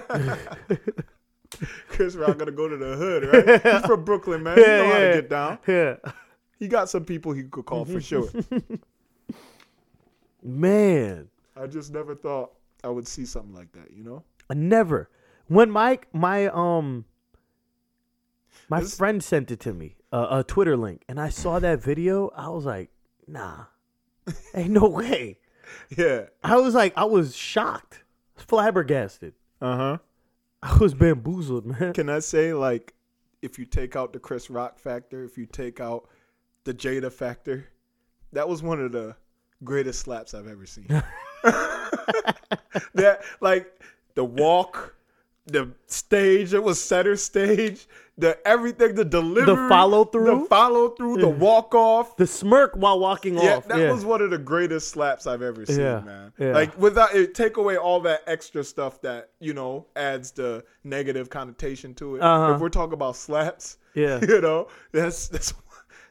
Speaker 1: (laughs) Chris Rock gonna go to the
Speaker 3: (laughs)
Speaker 1: hood, right? He's from Brooklyn, man. he know how to get down.
Speaker 3: yeah.
Speaker 1: He got some people he could call
Speaker 3: (laughs)
Speaker 1: for sure.
Speaker 3: Man.
Speaker 1: I just never thought I would see something like that, you know? (laughs)
Speaker 3: I never. When Mike my um my
Speaker 1: This-
Speaker 3: friend sent it to me, uh, a Twitter link, and I saw that video, I was like, nah.
Speaker 1: (laughs)
Speaker 3: Ain't no way.
Speaker 1: Yeah.
Speaker 3: I was like, I was shocked. Flabbergasted.
Speaker 1: Uh
Speaker 3: Uh-huh.
Speaker 1: huh.
Speaker 3: I was bamboozled, man.
Speaker 1: (laughs) Can I say like, if you take out the Chris Rock factor, if you take out the Jada factor, that was one of the greatest slaps I've ever seen. (laughs) that like the walk. The stage, it was center stage. The everything, the delivery,
Speaker 3: follow-through?
Speaker 1: the follow through, the walk off,
Speaker 3: The smirk while walking
Speaker 1: Yeah,
Speaker 3: off.
Speaker 1: that
Speaker 3: yeah.
Speaker 1: was one of the greatest slaps I've ever seen,
Speaker 3: Yeah,
Speaker 1: man.
Speaker 3: yeah.
Speaker 1: Like without it, take away all that extra stuff that you know adds the negative connotation to it.
Speaker 3: Uh-huh.
Speaker 1: If we're talking about slaps, (laughs)
Speaker 3: Yeah.
Speaker 1: you know that's that's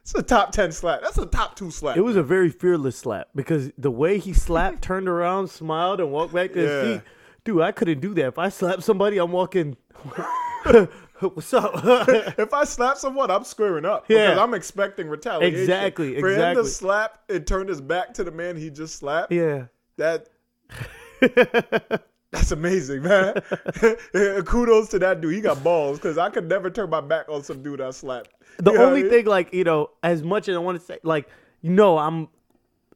Speaker 1: it's a top ten slap. That's a top two slap.
Speaker 3: It was a very fearless slap because the way
Speaker 1: (laughs)
Speaker 3: he slapped, turned around, smiled, and walked back to his
Speaker 1: Yeah.
Speaker 3: seat. Dude, I couldn't do that. If I slap somebody,
Speaker 1: (laughs)
Speaker 3: I'm walking. (laughs) What's up? (laughs)
Speaker 1: if I slap someone, I'm squaring up
Speaker 3: Yeah.
Speaker 1: because I'm expecting retaliation.
Speaker 3: Exactly,
Speaker 1: For him
Speaker 3: exactly.
Speaker 1: to slap and turn his back to the man he just slapped,
Speaker 3: yeah.
Speaker 1: that (laughs) that's amazing, man. (laughs) Kudos to that dude. He got balls because I could never turn my back on some dude I slapped.
Speaker 3: The
Speaker 1: You know what
Speaker 3: only
Speaker 1: I mean?
Speaker 3: thing, like you know, as much as I want to say, like you know, I'm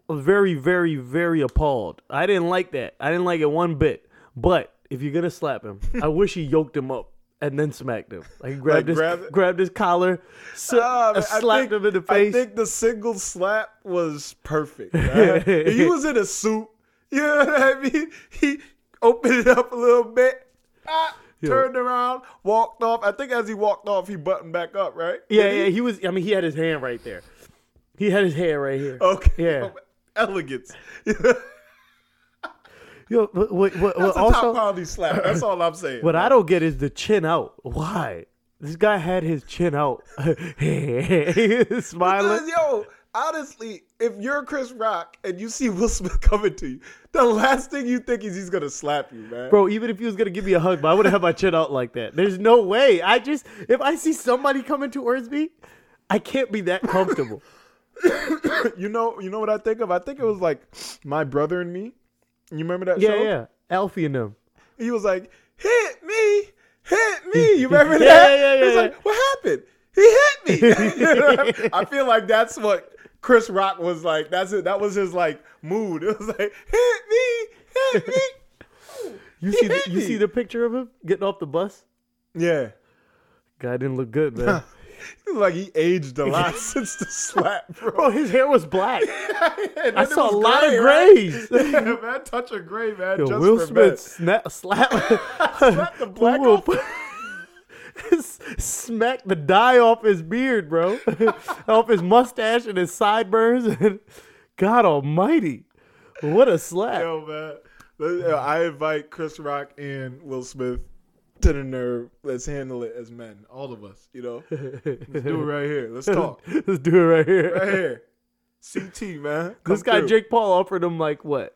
Speaker 3: very, very, very appalled. I didn't like that. I didn't like it one bit. But if you're gonna slap him, I wish he yoked him up and then smacked him. Like grabbed his
Speaker 1: grab-
Speaker 3: grabbed his collar, s-
Speaker 1: Ah, man, I
Speaker 3: slapped
Speaker 1: think-
Speaker 3: him in the face.
Speaker 1: I think the single slap was perfect.
Speaker 3: (laughs)
Speaker 1: man. he was in a suit. You know what I mean? He opened it up a little bit. ah, Turned around, walked off. I think as he walked off, he buttoned back up, right?
Speaker 3: Yeah, yeah, he was. I mean, he had his hand right there. He had his hand right here.
Speaker 1: Okay.
Speaker 3: Yeah.
Speaker 1: (laughs) Elegance. (laughs)
Speaker 3: Yo, what, what, what,
Speaker 1: That's a top
Speaker 3: also,
Speaker 1: quality slap. That's all I'm saying.
Speaker 3: what I don't get is the chin out. Why? This guy had his chin out. (laughs) he was
Speaker 1: Because,
Speaker 3: smiling.
Speaker 1: yo, honestly, if you're Chris Rock and you see Will Smith (laughs) coming to you, the last thing you think is he's gonna slap you, man.
Speaker 3: Bro, even if he was gonna give me a hug, but I wouldn't have my chin out like that. There's no way. I just if I see somebody coming towards me, I can't be that comfortable.
Speaker 1: You know, you know what I think of? I think it was like my brother and me. You remember that
Speaker 3: (laughs) yeah,
Speaker 1: show?
Speaker 3: yeah. Alfie and them.
Speaker 1: He was like, "Hit me, hit
Speaker 3: (laughs)
Speaker 1: me." You remember
Speaker 3: Yeah,
Speaker 1: that?
Speaker 3: yeah, yeah,
Speaker 1: He's
Speaker 3: yeah.
Speaker 1: like, "What happened? He hit
Speaker 3: (laughs)
Speaker 1: me." (laughs) You know what I mean? I feel like that's what Chris Rock was like. That's it. That was his like mood. (laughs) It was like, "Hit me, hit
Speaker 3: (laughs)
Speaker 1: me."
Speaker 3: You (laughs)
Speaker 1: He
Speaker 3: see, the,
Speaker 1: hit
Speaker 3: you
Speaker 1: me.
Speaker 3: see the picture of him getting off the bus.
Speaker 1: yeah.
Speaker 3: (laughs) Guy didn't look good, man.
Speaker 1: like he aged a lot (laughs) since the slap, bro.
Speaker 3: Bro, his hair was (laughs) black.
Speaker 1: (laughs) And
Speaker 3: I
Speaker 1: then it
Speaker 3: saw
Speaker 1: was
Speaker 3: a lot of
Speaker 1: gray, right?
Speaker 3: grays. (laughs)
Speaker 1: yeah, man, touch of gray, man.
Speaker 3: Yo,
Speaker 1: just
Speaker 3: Will
Speaker 1: for
Speaker 3: Smith
Speaker 1: men. (laughs)
Speaker 3: sna- slap, (laughs)
Speaker 1: Slapped the black
Speaker 3: Will-
Speaker 1: off
Speaker 3: (laughs) s- smacked the dye off his beard, bro, (laughs) off his mustache and his sideburns. (laughs) And God Almighty, what a slap!
Speaker 1: Yo, man. Let- yo, I invite Chris Rock and Will Smith to the nerve. Let's handle it as men, all of us. You know, let's do it right here. Let's talk
Speaker 3: (laughs) Let's do it right here.
Speaker 1: right here. CT man,
Speaker 3: This
Speaker 1: Come
Speaker 3: guy
Speaker 1: through.
Speaker 3: Jake Paul offered him like what?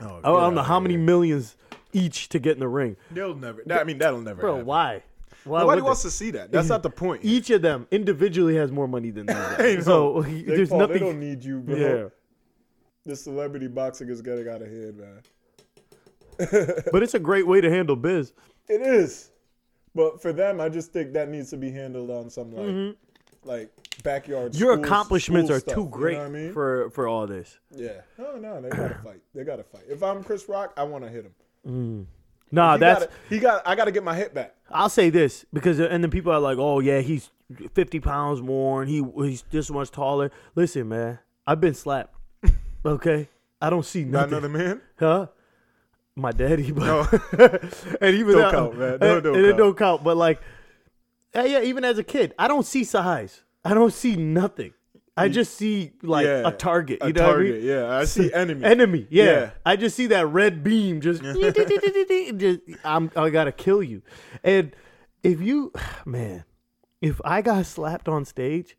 Speaker 1: Oh,
Speaker 3: I don't
Speaker 1: yeah.
Speaker 3: know how many millions each to get in the ring,
Speaker 1: They'll never. that- I mean, that'll never.
Speaker 3: bro.
Speaker 1: happen.
Speaker 3: Why? Why
Speaker 1: Nobody
Speaker 3: would
Speaker 1: wants
Speaker 3: they?
Speaker 1: to see that. That's not the point. (laughs)
Speaker 3: Each of them individually has more money than the
Speaker 1: Hey,
Speaker 3: other.
Speaker 1: no.
Speaker 3: (laughs) so
Speaker 1: Jake
Speaker 3: there's
Speaker 1: Paul, They
Speaker 3: nothing.
Speaker 1: don't need you, bro.
Speaker 3: yeah.
Speaker 1: This celebrity boxing is getting out of hand, man.
Speaker 3: but it's a great way to handle biz.
Speaker 1: It is. But for them, I just think that needs to be handled on some like, like backyard.
Speaker 3: Mm-hmm. Your
Speaker 1: school-
Speaker 3: accomplishments
Speaker 1: school
Speaker 3: are
Speaker 1: stuff,
Speaker 3: too great
Speaker 1: You know what I mean?
Speaker 3: for for all this.
Speaker 1: yeah. No, no, they
Speaker 3: (clears throat)
Speaker 1: gotta fight. They gotta fight. If I'm Chris Rock, I want to hit him.
Speaker 3: Nah,
Speaker 1: he
Speaker 3: Ah, that's
Speaker 1: gotta, he got. I gotta get my hit back.
Speaker 3: I'll say this because and then people are like, "Oh yeah, he's 50 pounds more and he he's this much taller." Listen, man, I've
Speaker 1: (laughs)
Speaker 3: been slapped. Okay, I don't see
Speaker 1: Not
Speaker 3: nothing.
Speaker 1: another man.
Speaker 3: huh? My daddy, but (laughs) and even
Speaker 1: Don't
Speaker 3: that-
Speaker 1: count, man.
Speaker 3: (laughs) and-
Speaker 1: No, don't
Speaker 3: and it
Speaker 1: count.
Speaker 3: don't count. But like, eh, yeah, even as a kid, I don't see size. I don't see nothing. I just see like
Speaker 1: Yeah,
Speaker 3: a target.
Speaker 1: a
Speaker 3: You know
Speaker 1: target,
Speaker 3: what I mean?
Speaker 1: yeah. I see enemy.
Speaker 3: Enemy. Yeah.
Speaker 1: Yeah.
Speaker 3: I just see that red beam. Just, just I'm. I gotta kill you. And if you, (sighs) man, if I got slapped on stage,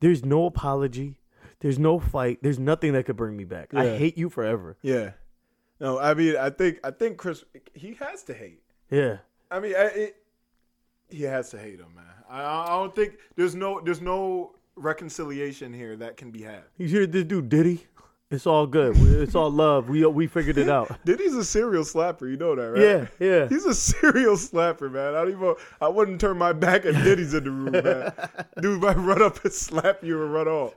Speaker 3: there's no apology. There's no fight. There's nothing that could bring me back. I
Speaker 1: Yeah.
Speaker 3: hate you forever.
Speaker 1: Yeah. No, I mean, I think, I think Chris, he has to hate.
Speaker 3: Yeah.
Speaker 1: I mean, I, it, he has to hate him, man. I, I I don't think there's no, there's no reconciliation here that can be had.
Speaker 3: You hear this dude Diddy? It's all good. It's all love. We we figured
Speaker 1: (laughs)
Speaker 3: it out.
Speaker 1: Diddy's a serial slapper, you know that, right?
Speaker 3: Yeah, yeah.
Speaker 1: He's a (laughs) serial slapper, man. I don't even. I wouldn't turn my back at Diddy's in the room,
Speaker 3: (laughs)
Speaker 1: man. Dude might run up and slap you and run off.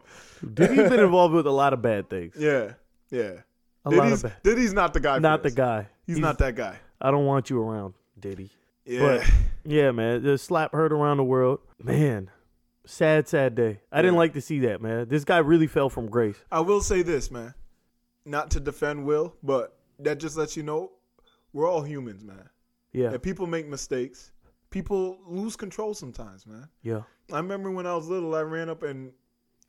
Speaker 3: Diddy's been involved with a lot of bad things.
Speaker 1: Yeah, yeah.
Speaker 3: A lot of
Speaker 1: Diddy's,
Speaker 3: bad-
Speaker 1: Diddy's not the guy. for
Speaker 3: Not the
Speaker 1: this.
Speaker 3: guy.
Speaker 1: He's, not that guy.
Speaker 3: I don't want you around, Diddy.
Speaker 1: Yeah.
Speaker 3: But yeah, man, the slap heard around the world. Man, sad, sad day. I didn't like to see that, man. This guy really fell from grace.
Speaker 1: I will say this, man. Not to defend Will, but that just lets you know we're all humans, man.
Speaker 3: Yeah,
Speaker 1: And people make mistakes. People lose control sometimes, man.
Speaker 3: yeah.
Speaker 1: I remember when I was little, I ran up and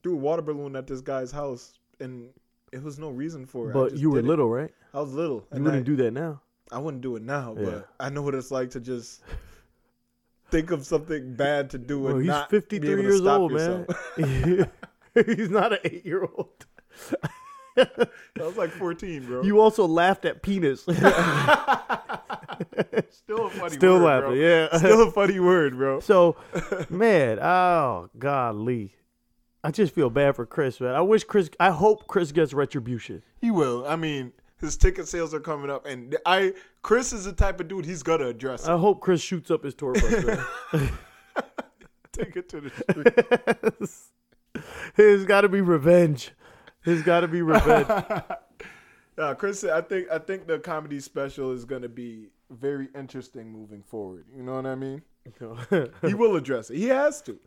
Speaker 1: threw a water balloon at this guy's house, and it was no reason for it. I
Speaker 3: But
Speaker 1: just
Speaker 3: you were
Speaker 1: did it.
Speaker 3: little, right?
Speaker 1: I was little.
Speaker 3: You
Speaker 1: And I,
Speaker 3: wouldn't do that now.
Speaker 1: I wouldn't do it now,
Speaker 3: Yeah.
Speaker 1: but I know what it's like to just think of something bad to do and
Speaker 3: Bro, he's
Speaker 1: not be
Speaker 3: fifty
Speaker 1: able
Speaker 3: three
Speaker 1: to
Speaker 3: years
Speaker 1: stop
Speaker 3: old,
Speaker 1: yourself. (laughs)
Speaker 3: man. (laughs) he's not an eight year old.
Speaker 1: I was like 14, bro.
Speaker 3: (laughs) You also laughed
Speaker 1: (laughs)
Speaker 3: at penis. (laughs)
Speaker 1: still a funny
Speaker 3: Still
Speaker 1: word,
Speaker 3: laughing,
Speaker 1: bro.
Speaker 3: yeah. (laughs)
Speaker 1: Still a funny word, bro.
Speaker 3: So, man, oh golly, I just feel bad for Chris, man. I wish Chris. I hope Chris gets retribution.
Speaker 1: He will. I mean, his ticket sales are coming up, and I Chris is the type of dude he's gonna address.
Speaker 3: I hope Chris shoots up his tour bus. man.
Speaker 1: (laughs) Take it to the street.
Speaker 3: There's got to be revenge. There's got to be revenge.
Speaker 1: Nah, Chris, I think I think the comedy special is gonna be very interesting moving forward. You know what I mean?
Speaker 3: (laughs)
Speaker 1: he will address it. He has to.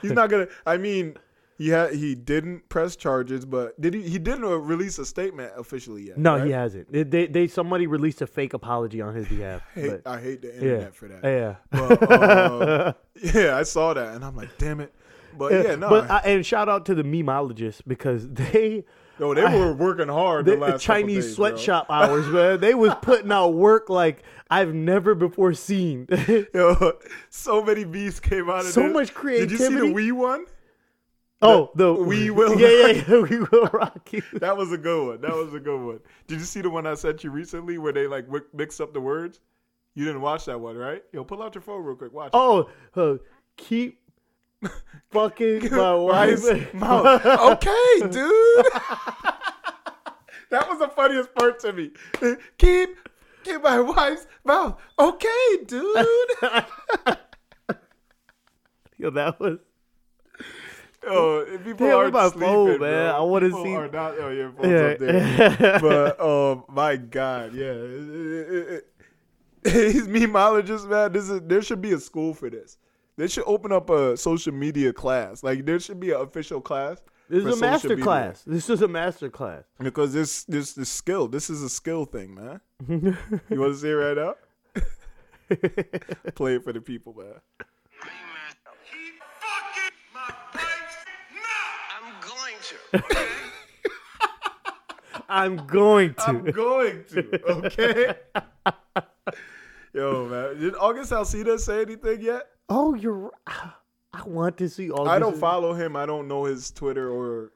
Speaker 1: He's not gonna. I mean, he ha- he didn't press charges, but did he? He didn't uh, release a statement officially yet.
Speaker 3: (laughs) no,
Speaker 1: right?
Speaker 3: he hasn't. They, they, they somebody released a fake apology on his
Speaker 1: (laughs)
Speaker 3: behalf.
Speaker 1: Hate,
Speaker 3: but-
Speaker 1: I hate the internet
Speaker 3: yeah,
Speaker 1: for that.
Speaker 3: yeah.
Speaker 1: But, uh,
Speaker 3: (laughs)
Speaker 1: yeah, I saw that, and I'm like, damn it. But yeah, no,
Speaker 3: But I, and shout out to the memologists because (laughs) they
Speaker 1: no, they were working hard.
Speaker 3: the,
Speaker 1: the last couple
Speaker 3: Chinese
Speaker 1: days, bro.
Speaker 3: sweatshop hours, man. They was putting out work like I've never before seen. (laughs)
Speaker 1: Yo, (laughs) so many beasts came out of
Speaker 3: So
Speaker 1: this.
Speaker 3: much
Speaker 1: Did you see
Speaker 3: creativity.
Speaker 1: the Wii one?
Speaker 3: oh, the
Speaker 1: We Will
Speaker 3: yeah, yeah, yeah, (laughs) we will rock you.
Speaker 1: That was a good one. That was a good one. Did you see the one I sent you recently where they like wi- mixed up the words? You didn't watch that one, right? Yo, pull out your phone real quick. Watch. it.
Speaker 3: Oh, uh,
Speaker 1: (laughs)
Speaker 3: keep fucking my
Speaker 1: Why is-
Speaker 3: wife. (laughs)
Speaker 1: mouth. Okay, dude. (laughs) that was the funniest part to me. (laughs) Keep, keep my wife's mouth. Okay,
Speaker 3: (laughs)
Speaker 1: dude.
Speaker 3: Yo, that was
Speaker 1: Oh, people
Speaker 3: Damn,
Speaker 1: are
Speaker 3: my
Speaker 1: sleeping,
Speaker 3: phone,
Speaker 1: bro.
Speaker 3: man. I wanna
Speaker 1: People
Speaker 3: see-
Speaker 1: Are not, oh, your phone's
Speaker 3: yeah.
Speaker 1: up there.
Speaker 3: (laughs)
Speaker 1: but um, my God, yeah, (laughs) It- it- it- it- these memologists, man. This is there should be a school for this. They should open up a social media class. Like there should be an official class.
Speaker 3: This
Speaker 1: for
Speaker 3: is a
Speaker 1: social
Speaker 3: master
Speaker 1: media.
Speaker 3: class. This is a master class. (laughs)
Speaker 1: because this this this skill. This is a skill thing, man. you want to see it right now? Play it for the people, man.
Speaker 4: Keep fucking my pipes now! I'm going to.
Speaker 3: I'm going to.
Speaker 1: I'm going to.
Speaker 3: (laughs)
Speaker 1: Okay. Yo, man. Did August Alcida say anything yet?
Speaker 3: oh, you're. r- I want to see all.
Speaker 1: I don't follow him. I don't know his Twitter or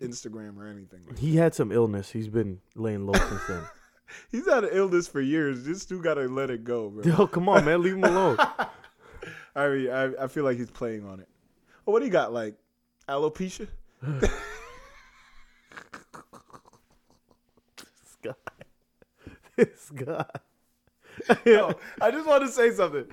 Speaker 1: Instagram or anything.
Speaker 3: He had some illness. He's been laying low since then.
Speaker 1: He's had an illness for years. This dude gotta let it go, bro.
Speaker 3: (laughs) Yo, come on, man, leave him (laughs) alone.
Speaker 1: I mean, I, I feel like he's playing on it. Oh, what do you got? Like alopecia?
Speaker 3: this guy. This guy.
Speaker 1: Yo, I just want to say something.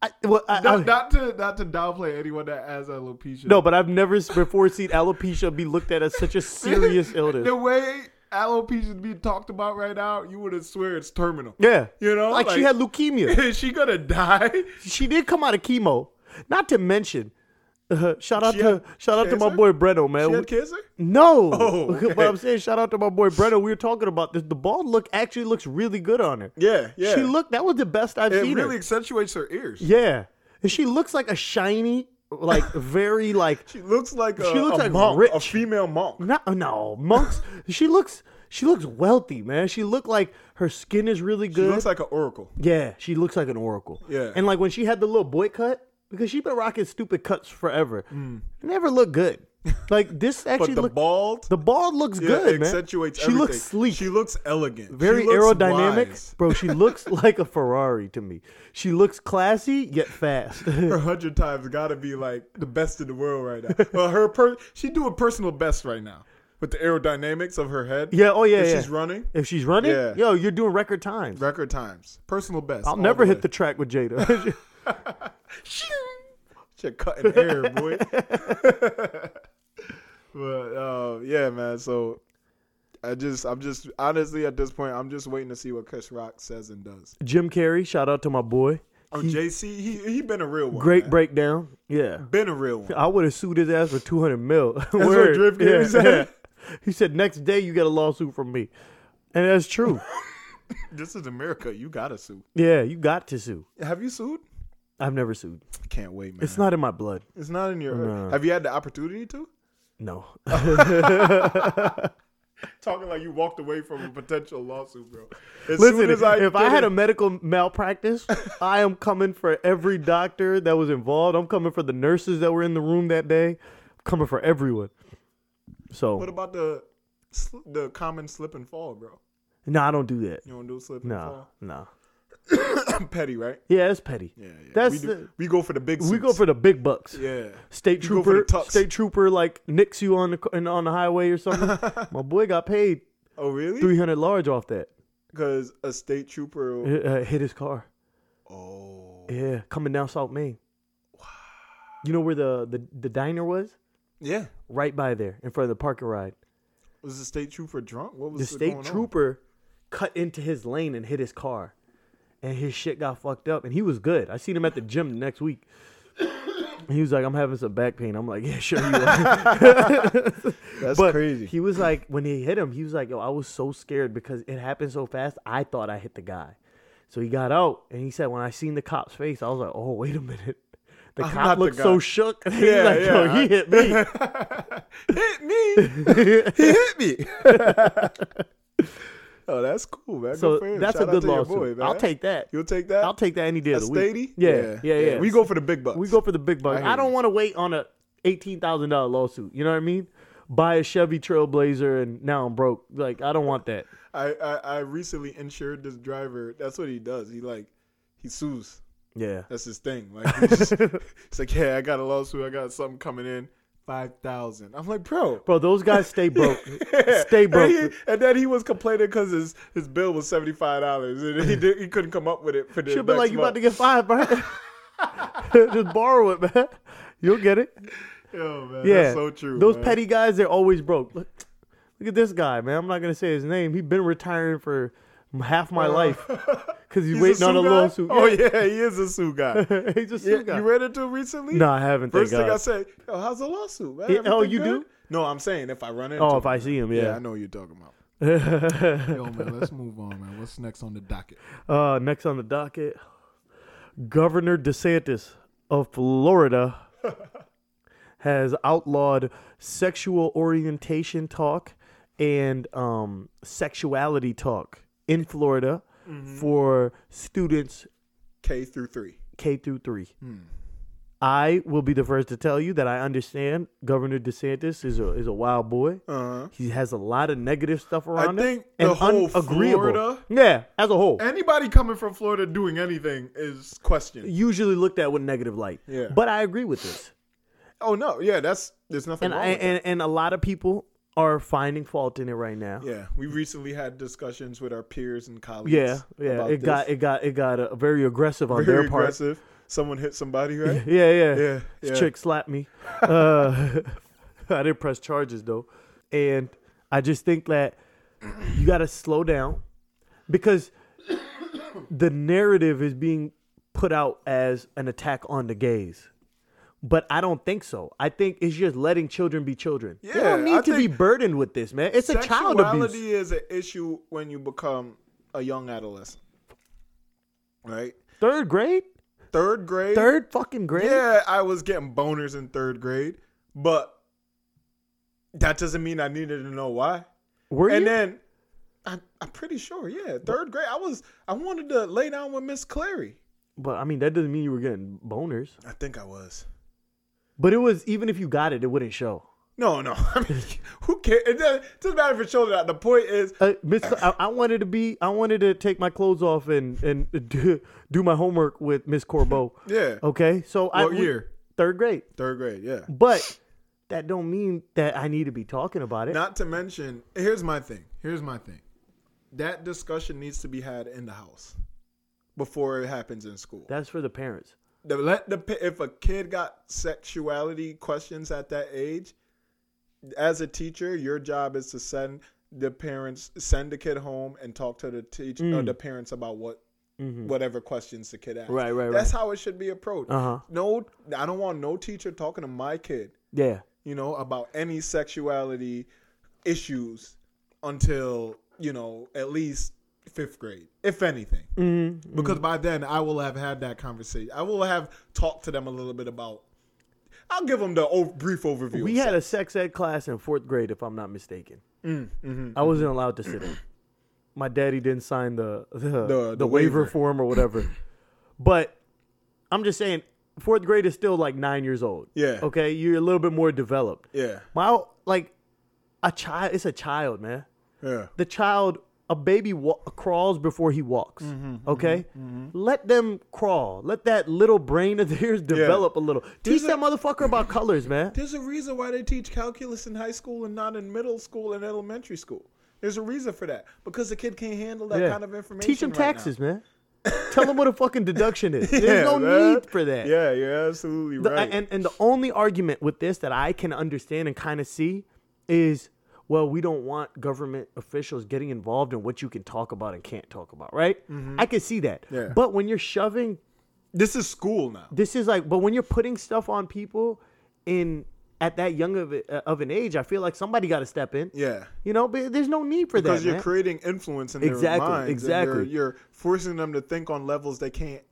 Speaker 3: I, well, I, I-
Speaker 1: Not, not to not to downplay anyone that has alopecia.
Speaker 3: no, but I've never s- before seen alopecia be looked at as such a (laughs) serious
Speaker 1: (laughs)
Speaker 3: illness.
Speaker 1: the way alopecia is being talked about right now, you would have swear it's terminal.
Speaker 3: Yeah,
Speaker 1: You know,
Speaker 3: like, she
Speaker 1: like-
Speaker 3: had leukemia.
Speaker 1: Is (laughs) she gonna die?
Speaker 3: she did come out of chemo. Not to mention, (laughs) uh, shout out
Speaker 1: She
Speaker 3: to
Speaker 1: had
Speaker 3: shout out to my
Speaker 1: cancer?
Speaker 3: boy Breno, man.
Speaker 1: She
Speaker 3: We-
Speaker 1: had cancer.
Speaker 3: No. (laughs)
Speaker 1: Oh, okay.
Speaker 3: But I'm saying shout out to my boy Breno. We were talking about this. The bald look actually looks really good on her.
Speaker 1: Yeah, yeah.
Speaker 3: She looked that was the best I've
Speaker 1: It
Speaker 3: seen
Speaker 1: really
Speaker 3: her.
Speaker 1: accentuates her ears.
Speaker 3: Yeah. And she looks like a shiny, like (laughs) very like
Speaker 1: She looks like a,
Speaker 3: She looks
Speaker 1: a
Speaker 3: like
Speaker 1: monk, a
Speaker 3: rich.
Speaker 1: female monk.
Speaker 3: no no monks. she looks she looks wealthy, man. She looked like her skin is really
Speaker 1: She
Speaker 3: good.
Speaker 1: looks like an oracle.
Speaker 3: yeah, she looks like an oracle.
Speaker 1: Yeah.
Speaker 3: And like when she had the little boy cut, because she been rocking stupid cuts forever. It never looked good. Like this
Speaker 1: Mm. (laughs) But
Speaker 3: actually
Speaker 1: the
Speaker 3: look-
Speaker 1: bald,
Speaker 3: the bald looks
Speaker 1: yeah,
Speaker 3: good,
Speaker 1: it
Speaker 3: man.
Speaker 1: accentuates
Speaker 3: she
Speaker 1: everything.
Speaker 3: looks sleek.
Speaker 1: She looks elegant.
Speaker 3: very
Speaker 1: She looks
Speaker 3: aerodynamic,
Speaker 1: wise.
Speaker 3: bro. She looks (laughs) like a Ferrari to me. She looks classy yet fast. (laughs)
Speaker 1: Her hundred times gotta be like the best in the world right now. well, her per- she doing personal best right now with the aerodynamics of her head.
Speaker 3: yeah, oh yeah,
Speaker 1: If
Speaker 3: yeah.
Speaker 1: she's running
Speaker 3: If she's running,
Speaker 1: Yeah.
Speaker 3: yo, you're doing record times.
Speaker 1: record times, personal best.
Speaker 3: I'll never hit the track with Jada. (laughs)
Speaker 1: (laughs) Shit, cutting air, boy.
Speaker 3: (laughs)
Speaker 1: (laughs) but uh, yeah, man. So I just, I'm just honestly at this point, I'm just waiting to see what Chris Rock says and does.
Speaker 3: Jim Carrey, shout out to my boy.
Speaker 1: Oh,
Speaker 3: He-
Speaker 1: JC, he he been a real one.
Speaker 3: great
Speaker 1: man.
Speaker 3: breakdown. Yeah,
Speaker 1: Been a real one.
Speaker 3: I would have sued his ass for two hundred mil. (laughs) That's
Speaker 1: what Jim Carrey said.
Speaker 3: (laughs) He said next day you get a lawsuit from me, and that's true.
Speaker 1: This is America. You gotta sue.
Speaker 3: yeah, you got to sue.
Speaker 1: Have you sued?
Speaker 3: I've never sued.
Speaker 1: Can't wait, man.
Speaker 3: It's not in my blood.
Speaker 1: It's not in your. Have you had the opportunity to?
Speaker 3: No.
Speaker 1: Talking like you walked away from a potential lawsuit, bro. As
Speaker 3: Listen,
Speaker 1: soon as I
Speaker 3: if I
Speaker 1: did
Speaker 3: had
Speaker 1: it-
Speaker 3: a medical
Speaker 1: (laughs)
Speaker 3: malpractice, I am coming for every doctor that was involved. I'm coming for the nurses that were in the room that day. I'm coming for everyone.
Speaker 1: What
Speaker 3: So,
Speaker 1: about the sl- the common slip and fall, bro?
Speaker 3: no, I don't do that.
Speaker 1: You don't do slip and
Speaker 3: No, no.
Speaker 1: fall. (coughs) Petty, right?
Speaker 3: Yeah, it's petty.
Speaker 1: Yeah, yeah.
Speaker 3: That's
Speaker 1: we, do-
Speaker 3: the-
Speaker 1: we go for the big.
Speaker 3: We
Speaker 1: suits.
Speaker 3: go for the big bucks.
Speaker 1: (laughs) yeah.
Speaker 3: State
Speaker 1: You go for the
Speaker 3: trooper,
Speaker 1: tux.
Speaker 3: state trooper, like nicks you on the c- on the highway or
Speaker 1: (laughs)
Speaker 3: something. My boy got paid
Speaker 1: Oh really?
Speaker 3: three hundred large off that.
Speaker 1: Because a state trooper.
Speaker 3: Uh, uh, hit his car.
Speaker 1: Oh.
Speaker 3: Yeah, coming down South Main. Wow. You know where the the, the diner was?
Speaker 1: Yeah.
Speaker 3: Right by there, in front of the parking ride.
Speaker 1: Was the state trooper drunk? What was
Speaker 3: the
Speaker 1: going
Speaker 3: state
Speaker 1: on?
Speaker 3: trooper cut into his lane and hit his car, and his shit got fucked up. And he was good. I seen him at the gym the next week. (coughs) And he was like, "I'm having some back pain." I'm like,
Speaker 1: (laughs)
Speaker 3: "Yeah, sure you are."
Speaker 1: That's
Speaker 3: but
Speaker 1: crazy.
Speaker 3: he was like, when he hit him, he was like, "Yo, I was so scared because it happened so fast. I thought I hit the guy." So he got out, and he said, "When I seen the cop's face, I was like, oh wait a minute." The
Speaker 1: not
Speaker 3: cop
Speaker 1: the
Speaker 3: looked so
Speaker 1: guy."
Speaker 3: shook. (laughs) He's
Speaker 1: Yeah,
Speaker 3: like, yo,
Speaker 1: yeah, I-
Speaker 3: he (laughs) hit me.
Speaker 1: (laughs) hit
Speaker 3: (laughs)
Speaker 1: me. he hit me. (laughs) oh, that's cool, man.
Speaker 3: So
Speaker 1: good for him.
Speaker 3: that's
Speaker 1: Shout
Speaker 3: a
Speaker 1: out
Speaker 3: good
Speaker 1: to your
Speaker 3: lawsuit.
Speaker 1: boy, man.
Speaker 3: I'll take that.
Speaker 1: You'll take that.
Speaker 3: I'll take that any day
Speaker 1: a
Speaker 3: of the week.
Speaker 1: statey.
Speaker 3: Yeah, yeah, yeah.
Speaker 1: We go for the big bucks.
Speaker 3: We go for the big bucks.
Speaker 1: I hear
Speaker 3: I, don't
Speaker 1: you.
Speaker 3: want to wait on a eighteen thousand dollar lawsuit. You know what I mean? Buy a Chevy Trailblazer and now I'm broke. Like I don't want that.
Speaker 1: I, I I recently insured this driver. That's what he does. He like he sues.
Speaker 3: Yeah.
Speaker 1: That's his thing. Like he
Speaker 3: (laughs)
Speaker 1: just- it's like yeah, I got a lawsuit. I got something coming in. Five thousand. I'm like, bro.
Speaker 3: Bro, those
Speaker 1: (laughs)
Speaker 3: guys stay broke. stay
Speaker 1: And,
Speaker 3: broke.
Speaker 1: he- and then he was complaining because his, his bill was seventy five dollars, and
Speaker 3: (laughs)
Speaker 1: he did, he couldn't come up with it for the.
Speaker 3: Should be
Speaker 1: next
Speaker 3: like you about
Speaker 1: month.
Speaker 3: to get fired,
Speaker 1: (laughs)
Speaker 3: bro. (laughs) Just borrow it, man. You'll get it.
Speaker 1: Yo, man,
Speaker 3: Yeah.
Speaker 1: that's so true.
Speaker 3: Those
Speaker 1: man.
Speaker 3: petty guys, they're always broke. Look, look at this guy, man. I'm not gonna say his name. He's been retiring for half my life. because
Speaker 1: Uh. (laughs)
Speaker 3: he's,
Speaker 1: He's
Speaker 3: waiting on a
Speaker 1: Sioux guy?
Speaker 3: little suit.
Speaker 1: Oh yeah, he is a Sue guy.
Speaker 3: (laughs) he's a
Speaker 1: yeah,
Speaker 3: suit guy.
Speaker 1: you read it too recently?
Speaker 3: No, I haven't.
Speaker 1: First
Speaker 3: thank
Speaker 1: thing
Speaker 3: God.
Speaker 1: I say, Yo, how's the lawsuit, man?
Speaker 3: Yeah, oh,
Speaker 1: Everything
Speaker 3: you
Speaker 1: good?"
Speaker 3: do?
Speaker 1: No, I'm saying if I run into.
Speaker 3: Oh, if
Speaker 1: him.
Speaker 3: I see him,
Speaker 1: yeah, I
Speaker 3: yeah.
Speaker 1: know what you're talking
Speaker 3: (laughs)
Speaker 1: about. Yo, man, (laughs) let's move on, man. What's next on the docket?
Speaker 3: uh, next on the docket, Governor DeSantis of
Speaker 1: (laughs)
Speaker 3: Florida has outlawed sexual orientation talk and um, sexuality talk in Florida
Speaker 1: Mm-hmm.
Speaker 3: for students
Speaker 1: K through three.
Speaker 3: K through three.
Speaker 1: Hmm.
Speaker 3: I will be the first to tell you that I understand Governor DeSantis is a is a wild boy.
Speaker 1: Uh-huh.
Speaker 3: He has a lot of negative stuff around him
Speaker 1: think
Speaker 3: and
Speaker 1: the whole
Speaker 3: unagreeable.
Speaker 1: Florida-
Speaker 3: yeah, as a whole,
Speaker 1: Anybody coming from Florida doing anything is questioned.
Speaker 3: usually looked at with negative light.
Speaker 1: Yeah.
Speaker 3: But I agree
Speaker 1: (laughs)
Speaker 3: with this,
Speaker 1: Oh no, yeah, that's there's nothing
Speaker 3: and
Speaker 1: wrong
Speaker 3: I,
Speaker 1: with that.
Speaker 3: and and a lot of people are finding fault in it right now.
Speaker 1: Yeah, we recently had discussions with our peers and colleagues.
Speaker 3: Yeah, yeah.
Speaker 1: about
Speaker 3: It got
Speaker 1: this.
Speaker 3: it got it got uh, very aggressive
Speaker 1: (laughs)
Speaker 3: on
Speaker 1: very
Speaker 3: their part.
Speaker 1: aggressive. Someone hit somebody, right?
Speaker 3: Yeah, yeah.
Speaker 1: Yeah,
Speaker 3: This
Speaker 1: yeah.
Speaker 3: chick slapped me. Uh, (laughs) I didn't press charges though. And I just think that you got to slow down because the narrative is being put out as an attack on the gays. But I don't think so. I think it's just letting children be children. they
Speaker 1: Yeah,
Speaker 3: don't need
Speaker 1: I
Speaker 3: to be
Speaker 1: think
Speaker 3: burdened with this, man. It's a child abuse.
Speaker 1: Sexuality is an issue when you become a young adolescent, right?
Speaker 3: Third grade?
Speaker 1: Third grade.
Speaker 3: Third fucking grade?
Speaker 1: Yeah, I was getting boners in third grade, but that doesn't mean I needed to know why.
Speaker 3: Were
Speaker 1: and
Speaker 3: you?
Speaker 1: then I, I'm pretty sure, yeah, third grade. I was I wanted to lay down with Miss Clary.
Speaker 3: but I mean, that doesn't mean you were getting boners.
Speaker 1: I think I was.
Speaker 3: But it was, even if you got it, it wouldn't show.
Speaker 1: No, (laughs) no. I mean, who cares? It doesn't, doesn't matter if it's shoulder out. The point is,
Speaker 3: Uh, Miss, Cl- I, I wanted to be. I wanted to take my clothes off and (laughs) and do, do my homework with Miss Corbeau.
Speaker 1: yeah.
Speaker 3: Okay, so I
Speaker 1: What
Speaker 3: we-
Speaker 1: year?
Speaker 3: Third grade.
Speaker 1: Third grade, yeah.
Speaker 3: But that don't mean that I need to be talking about it.
Speaker 1: Not to mention, here's my thing. Here's my thing. That discussion needs to be had in the house before it happens in school.
Speaker 3: That's for the parents.
Speaker 1: The- let the pa- if a kid got sexuality questions at that age, as a teacher, your job is to send the parents send the kid home and talk to the teacher
Speaker 3: Mm.
Speaker 1: or the parents about what whatever questions the kid asks.
Speaker 3: Mm-hmm. Right, right,
Speaker 1: That's how it should be approached.
Speaker 3: Uh-huh.
Speaker 1: No, I don't want no teacher talking to my kid,
Speaker 3: Yeah,
Speaker 1: you know, about any sexuality issues until you know at least fifth grade, if anything
Speaker 3: Mm-hmm.
Speaker 1: because by then I will have had that conversation. I will have talked to them a little bit about. I'll give them the o- brief overview.
Speaker 3: we had a sex ed class in fourth grade, if I'm not mistaken.
Speaker 1: Mm, mm-hmm,
Speaker 3: I wasn't allowed to sit in. My daddy didn't sign the (laughs) the, the,
Speaker 1: the
Speaker 3: waiver
Speaker 1: waiver.
Speaker 3: form
Speaker 1: (laughs)
Speaker 3: or whatever. but I'm just saying, fourth grade is still like nine years old.
Speaker 1: Yeah.
Speaker 3: Okay, you're a little bit more developed.
Speaker 1: yeah,
Speaker 3: My like a child, it's a child, man.
Speaker 1: yeah,
Speaker 3: The child, a baby wa- crawls before he walks.
Speaker 1: Mm-hmm,
Speaker 3: okay, let them crawl. Let that little brain of (laughs) theirs develop a little. Teach
Speaker 1: a-
Speaker 3: that
Speaker 1: (laughs)
Speaker 3: motherfucker about colors, man.
Speaker 1: There's a reason why they teach calculus in high school and not in middle school and elementary school. There's a reason for that because the kid can't handle that
Speaker 3: Yeah.
Speaker 1: kind of information.
Speaker 3: Teach them
Speaker 1: right now.
Speaker 3: taxes, man. Tell them what a fucking
Speaker 1: (laughs)
Speaker 3: deduction is. There's
Speaker 1: Yeah,
Speaker 3: no
Speaker 1: man.
Speaker 3: need for that.
Speaker 1: Yeah, you're absolutely
Speaker 3: The-
Speaker 1: right.
Speaker 3: And and the only argument with this that I can understand and kind of see is well, we don't want government officials getting involved in what you can talk about and can't talk about, right? I can see that.
Speaker 1: Mm-hmm. Yeah.
Speaker 3: But when you're shoving
Speaker 1: this is school now.
Speaker 3: this is like but when you're putting stuff on people in at that young of, a- of an age, I feel like somebody got to step in.
Speaker 1: Yeah.
Speaker 3: You know, but there's no need for
Speaker 1: Because
Speaker 3: that.
Speaker 1: you're
Speaker 3: man.
Speaker 1: creating influence in their
Speaker 3: Exactly,
Speaker 1: minds. and
Speaker 3: exactly.
Speaker 1: You're, you're forcing them to think on levels they can't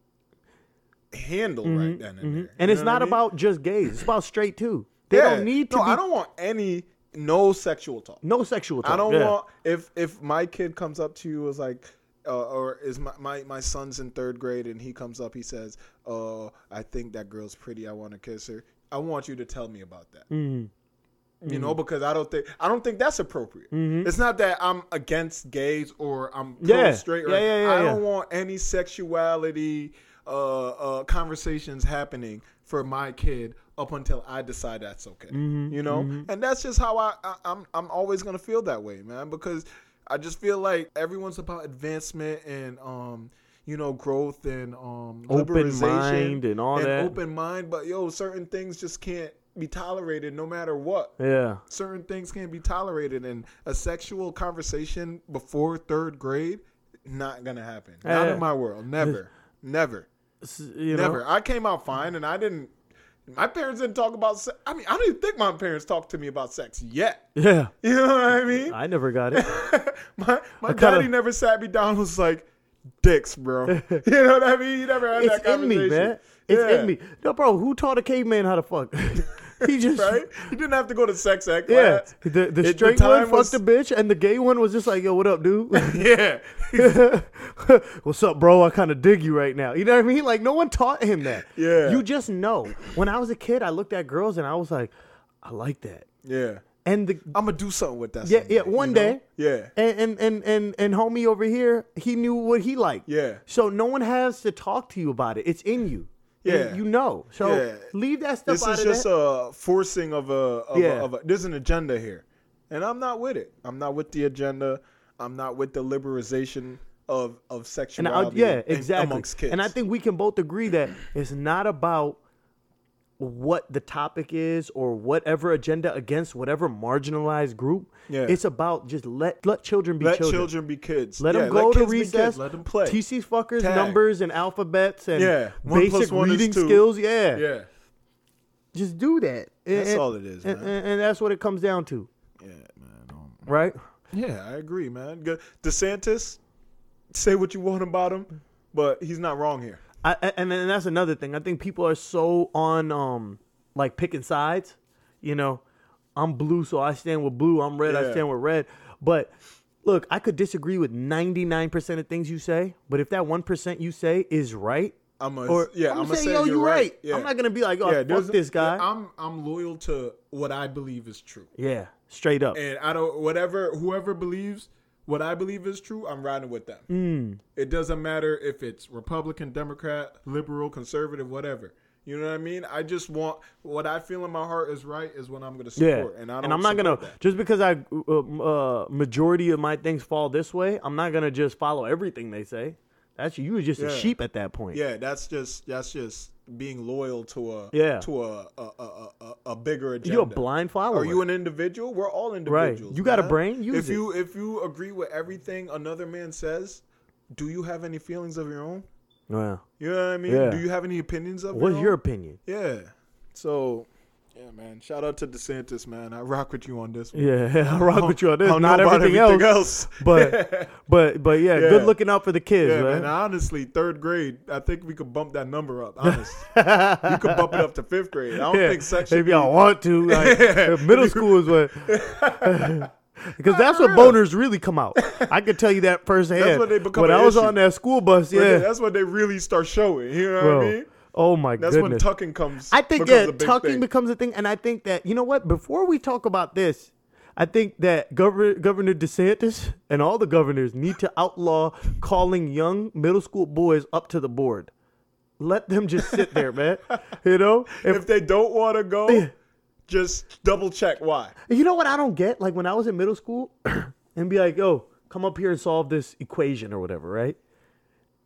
Speaker 1: handle right then and there. You
Speaker 3: Mm-hmm, and it's
Speaker 1: know what I
Speaker 3: not
Speaker 1: mean?
Speaker 3: about just gays. It's about
Speaker 1: (laughs)
Speaker 3: straight too. They
Speaker 1: Yeah.
Speaker 3: don't need to
Speaker 1: No,
Speaker 3: be
Speaker 1: I don't want any no sexual talk.
Speaker 3: no sexual talk.
Speaker 1: I don't
Speaker 3: yeah.
Speaker 1: want if if my kid comes up to you is like. Uh, or is my, my my son's in third grade and he comes up he says oh i think that girl's pretty i want to kiss her i want you to tell me about that you
Speaker 3: Mm.
Speaker 1: know because i don't think i don't think that's appropriate it's not that i'm against gays or i'm pro
Speaker 3: Mm-hmm. Yeah.
Speaker 1: straight or
Speaker 3: Yeah, yeah, yeah,
Speaker 1: i
Speaker 3: yeah.
Speaker 1: don't want any sexuality uh, uh, conversations happening for my kid up until I decide that's okay.
Speaker 3: Mm-hmm.
Speaker 1: You know, and that's just how I, I I'm I'm always gonna feel that way, man. Because I just feel like everyone's about advancement and um you know growth and um
Speaker 3: Open
Speaker 1: liberalization
Speaker 3: mind and all that.
Speaker 1: open mind. But yo, certain things just can't be tolerated no matter what
Speaker 3: Yeah.
Speaker 1: certain things can't be tolerated and a sexual conversation before third grade not gonna happen. Not
Speaker 3: Eh.
Speaker 1: in my world.
Speaker 3: (laughs)
Speaker 1: Never. Never.
Speaker 3: S- You know?
Speaker 1: Never. I came out fine, and I didn't. My parents didn't talk about. Se- I mean, I didn't think my parents talked to me about sex yet.
Speaker 3: (laughs)
Speaker 1: (laughs)
Speaker 3: Yeah.
Speaker 1: You know what
Speaker 3: (laughs)
Speaker 1: I mean?
Speaker 3: I never got it.
Speaker 1: my my
Speaker 3: kinda-
Speaker 1: daddy never sat me down. and Was like, dicks,
Speaker 3: (laughs)
Speaker 1: bro. (laughs) you know what I mean? You never had
Speaker 3: it's
Speaker 1: that
Speaker 3: in
Speaker 1: conversation.
Speaker 3: me, man. It's
Speaker 1: Yeah,
Speaker 3: in me. No, bro, who taught a caveman how to fuck? (laughs) he just
Speaker 1: Right? You didn't have to go to sex ed
Speaker 3: Yeah,
Speaker 1: class.
Speaker 3: the,
Speaker 1: It-
Speaker 3: the straight one
Speaker 1: time
Speaker 3: fucked
Speaker 1: was-
Speaker 3: a
Speaker 1: (laughs)
Speaker 3: bitch, and the gay one was just like, "Yo, what up, dude? (laughs)
Speaker 1: Yeah.
Speaker 3: What's up, bro? I kind of dig you right now." You know what I mean? Like, no one taught him that.
Speaker 1: Yeah.
Speaker 3: you just know. When I was a kid, I looked at girls and I was like, "I like that."
Speaker 1: Yeah.
Speaker 3: And the
Speaker 1: I'm gonna do something with that.
Speaker 3: yeah,
Speaker 1: someday,
Speaker 3: yeah, one
Speaker 1: you know?
Speaker 3: day,
Speaker 1: Yeah.
Speaker 3: and, and and and and homie over here, he knew what he liked.
Speaker 1: Yeah.
Speaker 3: So no one has to talk to you about it. It's in you. You-
Speaker 1: Yeah.
Speaker 3: You, know. So
Speaker 1: Yeah.
Speaker 3: leave that stuff
Speaker 1: This
Speaker 3: out
Speaker 1: is
Speaker 3: of
Speaker 1: just
Speaker 3: that.
Speaker 1: a forcing of a of, a
Speaker 3: Yeah.
Speaker 1: of a there's an agenda here. And I'm not with it. I'm not with the agenda. I'm not with the liberalization of of
Speaker 3: and I,
Speaker 1: sexuality.
Speaker 3: yeah,
Speaker 1: in-
Speaker 3: exactly.
Speaker 1: amongst kids.
Speaker 3: And I think we can both agree that it's not about what the topic is or whatever agenda against whatever marginalized group.
Speaker 1: Yeah.
Speaker 3: It's about just let let children be
Speaker 1: let
Speaker 3: children.
Speaker 1: children, be kids.
Speaker 3: Let
Speaker 1: Yeah,
Speaker 3: them go to
Speaker 1: kids be kids.
Speaker 3: recess.
Speaker 1: Let them play.
Speaker 3: Teach these fuckers
Speaker 1: Tag.
Speaker 3: numbers and alphabets and
Speaker 1: Yeah. One plus
Speaker 3: basic
Speaker 1: one is
Speaker 3: reading
Speaker 1: two.
Speaker 3: skills. Yeah.
Speaker 1: yeah.
Speaker 3: Just do that. And-
Speaker 1: That's
Speaker 3: and-
Speaker 1: all it is,
Speaker 3: And,
Speaker 1: man.
Speaker 3: and- and that's what it comes down to,
Speaker 1: Yeah, man. um,
Speaker 3: right?
Speaker 1: yeah, I agree, man. Good. DeSantis, say what you want about him, but he's not wrong here.
Speaker 3: I, I- and then that's another thing. I think people are so on um like picking sides. You know, I'm blue, so I stand with blue. I'm red,
Speaker 1: Yeah.
Speaker 3: I stand with red. But look, I could disagree with 99% of things you say, but if that 1% you say is right,
Speaker 1: I'm a,
Speaker 3: or
Speaker 1: yeah, I'm,
Speaker 3: I'm, gonna
Speaker 1: gonna
Speaker 3: say,
Speaker 1: say
Speaker 3: yo,
Speaker 1: you're
Speaker 3: you right.
Speaker 1: Yeah.
Speaker 3: I'm not gonna be like, oh,
Speaker 1: yeah,
Speaker 3: fuck
Speaker 1: there's-
Speaker 3: this guy.
Speaker 1: yeah, I'm I'm loyal to what I believe is true,
Speaker 3: yeah, straight up.
Speaker 1: and I don't whatever whoever believes what I believe is true. I'm riding with them.
Speaker 3: Hmm.
Speaker 1: It doesn't matter if it's Republican, Democrat, liberal, conservative, whatever. You know what I mean? I just want what I feel in my heart is right is what I'm gonna
Speaker 3: Yeah,
Speaker 1: support, and I don't
Speaker 3: am not gonna
Speaker 1: support that.
Speaker 3: just because I uh, uh, majority of my things fall this way. I'm not gonna just follow everything they say. That's you were just
Speaker 1: Yeah.
Speaker 3: a sheep at that point.
Speaker 1: Yeah, that's just that's just being loyal to a
Speaker 3: Yeah.
Speaker 1: to a a, a, a, a bigger agenda.
Speaker 3: You're a blind follower.
Speaker 1: Are you an individual? We're all individuals.
Speaker 3: You got a
Speaker 1: man.
Speaker 3: brain? Use
Speaker 1: if
Speaker 3: it.
Speaker 1: you if you agree with everything another man says, do you have any feelings of your own?
Speaker 3: Wow.
Speaker 1: You know what I mean?
Speaker 3: Yeah.
Speaker 1: Do you have any opinions of
Speaker 3: What's your
Speaker 1: your own?
Speaker 3: opinion?
Speaker 1: Yeah. So yeah, man. Shout out to DeSantis, man. I rock with you on this one.
Speaker 3: Yeah, (laughs) I rock with you on
Speaker 1: I
Speaker 3: this.
Speaker 1: don't
Speaker 3: Not
Speaker 1: know about
Speaker 3: everything,
Speaker 1: everything
Speaker 3: else,
Speaker 1: else.
Speaker 3: (laughs)
Speaker 1: (laughs)
Speaker 3: but but but yeah,
Speaker 1: Yeah.
Speaker 3: good looking out for the kids,
Speaker 1: Yeah,
Speaker 3: man.
Speaker 1: man. Honestly, third grade, I think we could bump that number
Speaker 3: (laughs)
Speaker 1: up. Honestly, you could bump it up to fifth grade. I don't
Speaker 3: Yeah,
Speaker 1: think sex. should
Speaker 3: If y'all
Speaker 1: be- (laughs)
Speaker 3: want to, like, if middle school is what. (laughs) Because that's what
Speaker 1: real.
Speaker 3: boners really come out. I could tell you that firsthand.
Speaker 1: when they become
Speaker 3: when
Speaker 1: an
Speaker 3: I was
Speaker 1: issue.
Speaker 3: on that school bus,
Speaker 1: But
Speaker 3: yeah,
Speaker 1: that's when they really start showing. You know
Speaker 3: bro.
Speaker 1: what I mean?
Speaker 3: Oh my
Speaker 1: That's
Speaker 3: goodness.
Speaker 1: when tucking comes.
Speaker 3: I think
Speaker 1: becomes
Speaker 3: yeah,
Speaker 1: a big
Speaker 3: tucking
Speaker 1: thing.
Speaker 3: becomes a thing, and I think that you know what? Before we talk about this, I think that Governor Governor DeSantis and all the governors need to outlaw calling young middle school boys up to the board. Let them just sit there, man. You know,
Speaker 1: (laughs)
Speaker 3: if,
Speaker 1: if they don't want to go, just double check why.
Speaker 3: you know what I don't get, like when I was in middle school, (clears throat) and be like, "Yo, come up here and solve this equation or whatever," right?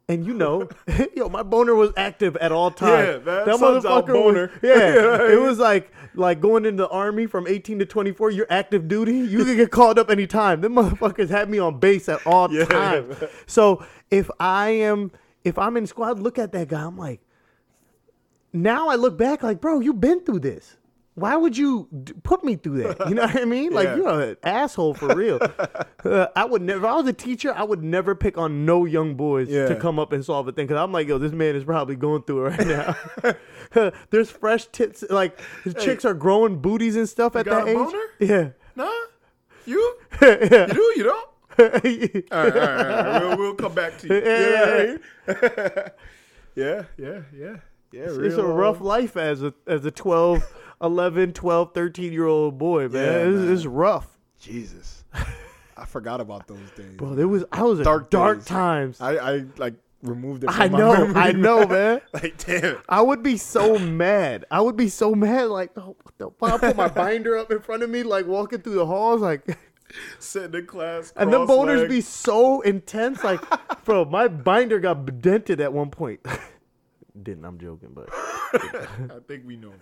Speaker 3: And you
Speaker 1: (laughs)
Speaker 3: know, (laughs) yo, my boner was active at all times.
Speaker 1: Yeah, man, son's out
Speaker 3: was-
Speaker 1: boner.
Speaker 3: (laughs)
Speaker 1: (laughs)
Speaker 3: yeah, it was like like going in the army from 18 to 24. You're active duty. You can get called up anytime. Them motherfuckers had me on base at
Speaker 1: (laughs)
Speaker 3: all
Speaker 1: Yeah,
Speaker 3: times.
Speaker 1: man.
Speaker 3: So if I am if I'm in squad, look at that guy. I'm like, now I look back like, bro, you've been through this. Why would you d- put me through that? You know what I mean? Like
Speaker 1: (laughs) Yeah.
Speaker 3: you're an asshole for real.
Speaker 1: (laughs)
Speaker 3: Uh, I would never. If I was a teacher, I would never pick on no young boys
Speaker 1: Yeah.
Speaker 3: to come up and solve a thing because I'm like, yo, this man is probably going through it right
Speaker 1: (laughs)
Speaker 3: now. (laughs) There's fresh tits, like the chicks are growing booties and stuff at
Speaker 1: got
Speaker 3: that
Speaker 1: a
Speaker 3: age.
Speaker 1: boner?
Speaker 3: Yeah.
Speaker 1: Nah, (laughs) you, you
Speaker 3: (laughs)
Speaker 1: do, you don't. All right, all right, all right. We'll, we'll come back to you. You know what I mean? (laughs) yeah, yeah, yeah, yeah.
Speaker 3: it's a
Speaker 1: real,
Speaker 3: rough
Speaker 1: um,
Speaker 3: life as a as a 12, 11, 12, 13 year old boy, man.
Speaker 1: Yeah,
Speaker 3: it's,
Speaker 1: man.
Speaker 3: it's rough.
Speaker 1: Jesus, I forgot about those days.
Speaker 3: Bro, there was I was in
Speaker 1: Dark
Speaker 3: dark
Speaker 1: days.
Speaker 3: times.
Speaker 1: I, I like removed it. From
Speaker 3: I
Speaker 1: my
Speaker 3: know, (laughs)
Speaker 1: memory,
Speaker 3: I know, man.
Speaker 1: (laughs) Like damn.
Speaker 3: I would be so mad. I would be so mad. Like, oh, what the fuck? I put (laughs) my binder up in front of me, like walking through the halls, like, (laughs)
Speaker 1: Sitting in class,
Speaker 3: and the boners
Speaker 1: cross-legged.
Speaker 3: be so intense. Like, (laughs) bro, my binder got dented at one point. (laughs) Didn't I'm joking, (laughs) but
Speaker 1: I
Speaker 3: (laughs)
Speaker 1: think we know.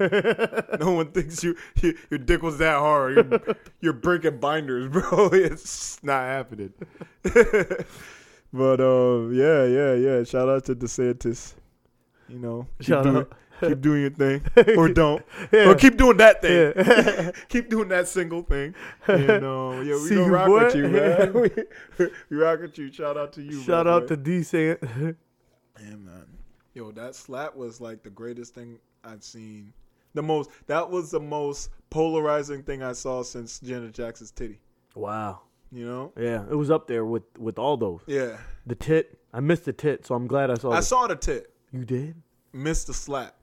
Speaker 1: no one thinks you, you your dick was that hard. (laughs) You're, you're breaking binders, bro. It's not happening. (laughs) But um, yeah, yeah, yeah. Shout out to DeSantis. You know, keep,
Speaker 3: Shout
Speaker 1: doing,
Speaker 3: out.
Speaker 1: keep doing your
Speaker 3: (laughs)
Speaker 1: thing, or don't,
Speaker 3: Yeah.
Speaker 1: or keep doing that thing.
Speaker 3: Yeah.
Speaker 1: (laughs) keep doing that single thing.
Speaker 3: (laughs)
Speaker 1: And um, yeah, we
Speaker 3: See
Speaker 1: gonna
Speaker 3: you,
Speaker 1: rock
Speaker 3: boy.
Speaker 1: with you,
Speaker 3: (laughs)
Speaker 1: man. (laughs) we, we rock with you. Shout out to you.
Speaker 3: Shout
Speaker 1: my
Speaker 3: out
Speaker 1: boy.
Speaker 3: to D (laughs) San.
Speaker 1: Yeah, man. Yo, that slap was like the greatest thing I've seen. The most that was the most polarizing thing I saw since Janet Jackson's titty.
Speaker 3: Wow.
Speaker 1: You know?
Speaker 3: Yeah, it was up there with with all those.
Speaker 1: Yeah.
Speaker 3: The tit. I missed the tit, so I'm glad I saw.
Speaker 1: I
Speaker 3: the-
Speaker 1: saw the tit,
Speaker 3: you did.
Speaker 1: missed the slap,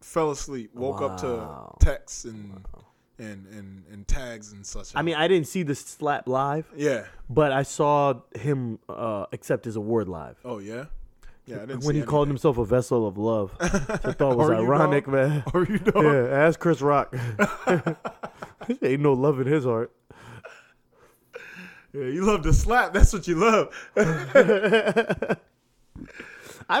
Speaker 1: fell asleep, woke up
Speaker 3: Wow.
Speaker 1: to texts and and, and and tags and such.
Speaker 3: I mean, I didn't see the slap live,
Speaker 1: yeah.
Speaker 3: but I saw him uh, accept his award live
Speaker 1: Oh yeah. Yeah, I didn't
Speaker 3: when
Speaker 1: see (laughs)
Speaker 3: he called himself a vessel of love. which I thought was
Speaker 1: Are you
Speaker 3: ironic,
Speaker 1: dog?
Speaker 3: man.
Speaker 1: Are Oh, you dog?
Speaker 3: Yeah, ask
Speaker 1: (laughs)
Speaker 3: Chris Rock. (laughs) Ain't no love in his heart.
Speaker 1: Yeah, you love to slap. That's what you love.
Speaker 3: I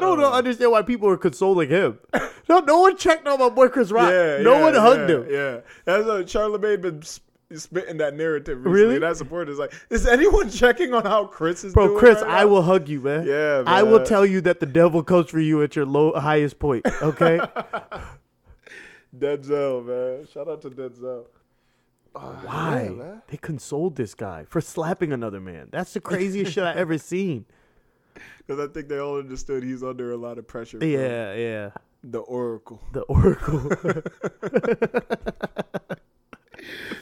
Speaker 3: don't
Speaker 1: Uh.
Speaker 3: know- understand why people are consoling him. (laughs) No, no one checked on my boy Chris Rock.
Speaker 1: Yeah,
Speaker 3: (laughs) no
Speaker 1: yeah,
Speaker 3: one hugged
Speaker 1: yeah,
Speaker 3: him.
Speaker 1: Yeah, that's what Charlamagne been sp- spitting that narrative recently.
Speaker 3: Really?
Speaker 1: Really? That support is like, is anyone checking on how Chris is
Speaker 3: Bro,
Speaker 1: doing?
Speaker 3: Chris,
Speaker 1: right
Speaker 3: I
Speaker 1: now?
Speaker 3: will hug you, man.
Speaker 1: Yeah,
Speaker 3: I will
Speaker 1: man.
Speaker 3: tell you that the devil comes for you at your low highest point.
Speaker 1: (laughs)
Speaker 3: Okay.
Speaker 1: Denzel, man. Shout out to Denzel.
Speaker 3: Why
Speaker 1: man.
Speaker 3: they consoled this guy for slapping another man? That's the craziest shit I ever
Speaker 1: (laughs)
Speaker 3: seen.
Speaker 1: Because I think they all understood he's under a lot of pressure. from
Speaker 3: Yeah, yeah.
Speaker 1: The (laughs) Oracle.
Speaker 3: The Oracle.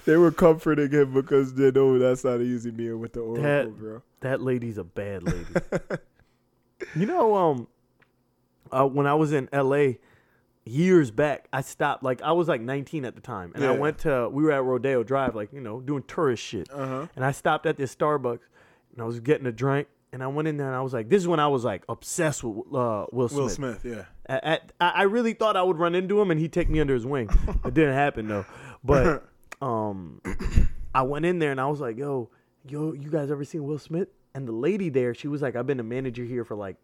Speaker 1: They were comforting him because they know that's not an easy meal with the Oracle,
Speaker 3: That-
Speaker 1: bro.
Speaker 3: that lady's a bad
Speaker 1: (laughs)
Speaker 3: lady. you know, um, uh, when I was in L.A. years back, I stopped. Like I was like 19 at the time, and I
Speaker 1: Yeah.
Speaker 3: went to we were at Rodeo Drive, like you know, doing tourist shit.
Speaker 1: Uh-huh.
Speaker 3: And I stopped at this Starbucks, and I was getting a drink. And I went in there and I was like, this is when I was like obsessed with uh, Will Smith.
Speaker 1: Will Smith, yeah.
Speaker 3: At, at, I I really thought I would run into him and he'd take me under his wing. it didn't happen though. But um, I went in there and I was like, "Yo, yo, you guys ever seen Will Smith?" And the lady there, she was like, "I've been a manager here for like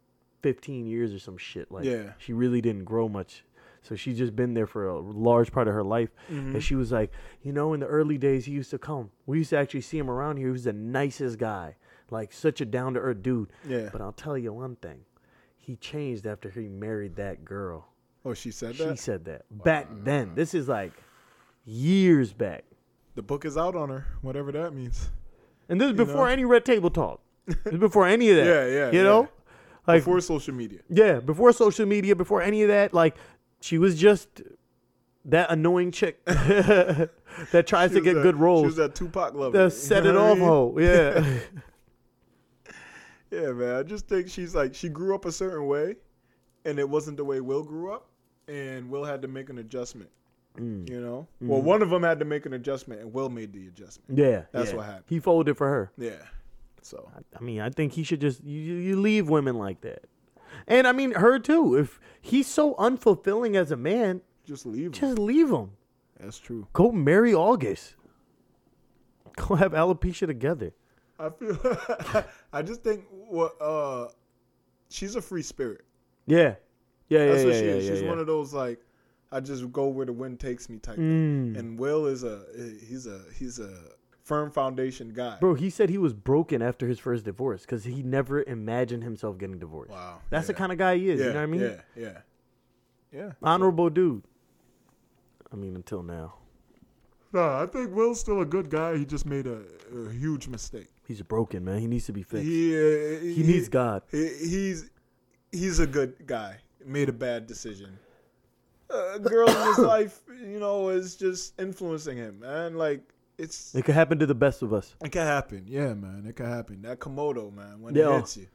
Speaker 3: 15 years or some shit." Like,
Speaker 1: Yeah.
Speaker 3: she really didn't grow much. So she's just been there for a large part of her life. And she was like, you know, in the early days, he used to come. We used to actually see him around here. He was the nicest guy, like such a down to earth dude.
Speaker 1: Yeah.
Speaker 3: But I'll tell you one thing he changed after he married that girl.
Speaker 1: Oh, she said
Speaker 3: She
Speaker 1: that?
Speaker 3: said that back then. This is like years back.
Speaker 1: the book is out on her, whatever that means.
Speaker 3: And this is before any red table talk. This is before any of
Speaker 1: (laughs)
Speaker 3: that.
Speaker 1: Yeah, yeah,
Speaker 3: You
Speaker 1: yeah.
Speaker 3: know? Like
Speaker 1: Before social media.
Speaker 3: yeah, before social media, before any of that, like she was just that annoying chick (laughs) that tries to
Speaker 1: She was
Speaker 3: get
Speaker 1: that-
Speaker 3: good
Speaker 1: She was
Speaker 3: roles.
Speaker 1: that Tupac lover.
Speaker 3: That
Speaker 1: You
Speaker 3: set
Speaker 1: know
Speaker 3: it
Speaker 1: what I
Speaker 3: off
Speaker 1: mean?
Speaker 3: hoe.
Speaker 1: (laughs)
Speaker 3: Yeah. (laughs)
Speaker 1: Yeah, man. I just think she's like she grew up a certain way, and it wasn't the way Will grew up, and Will had to make an adjustment.
Speaker 3: Mm.
Speaker 1: You know,
Speaker 3: Mm-hmm.
Speaker 1: well, one of them had to make an adjustment, and Will made the adjustment.
Speaker 3: yeah.
Speaker 1: That's
Speaker 3: yeah.
Speaker 1: what happened.
Speaker 3: He folded for her.
Speaker 1: Yeah. So
Speaker 3: I mean, I think he should just you, you you leave women like that. And I mean her too. If he's so unfulfilling as a man,
Speaker 1: just leave. him.
Speaker 3: just leave him.
Speaker 1: That's true.
Speaker 3: Go marry August. (laughs) Go have alopecia together.
Speaker 1: I feel. (laughs) I just think what uh, she's a free spirit.
Speaker 3: Yeah. Yeah, yeah,
Speaker 1: That's
Speaker 3: yeah,
Speaker 1: what she
Speaker 3: yeah,
Speaker 1: is.
Speaker 3: yeah,
Speaker 1: She's
Speaker 3: yeah.
Speaker 1: one of those like, I just go where the wind takes me type.
Speaker 3: Mm.
Speaker 1: Thing. And Will is a he's a he's a firm foundation guy.
Speaker 3: Bro, he said he was broken after his first divorce because he never imagined himself getting divorced.
Speaker 1: Wow,
Speaker 3: That's the
Speaker 1: yeah.
Speaker 3: kind of guy he is.
Speaker 1: yeah,
Speaker 3: you know what I mean?
Speaker 1: Yeah. Yeah. Yeah.
Speaker 3: Honorable dude. I mean, until now.
Speaker 1: No, I think Will's still a good guy. He just made a, a huge mistake.
Speaker 3: He's broken, man. He needs to be fixed. He,
Speaker 1: He, uh, he
Speaker 3: needs God.
Speaker 1: he- he's he's a good guy. Made a bad decision. A girl in
Speaker 3: (coughs)
Speaker 1: his life, you know, is just influencing him, and like it's
Speaker 3: It could happen to the best of us.
Speaker 1: it can happen. Yeah, man, it can happen. That Komodo, man, when
Speaker 3: Yeah.
Speaker 1: it hits you.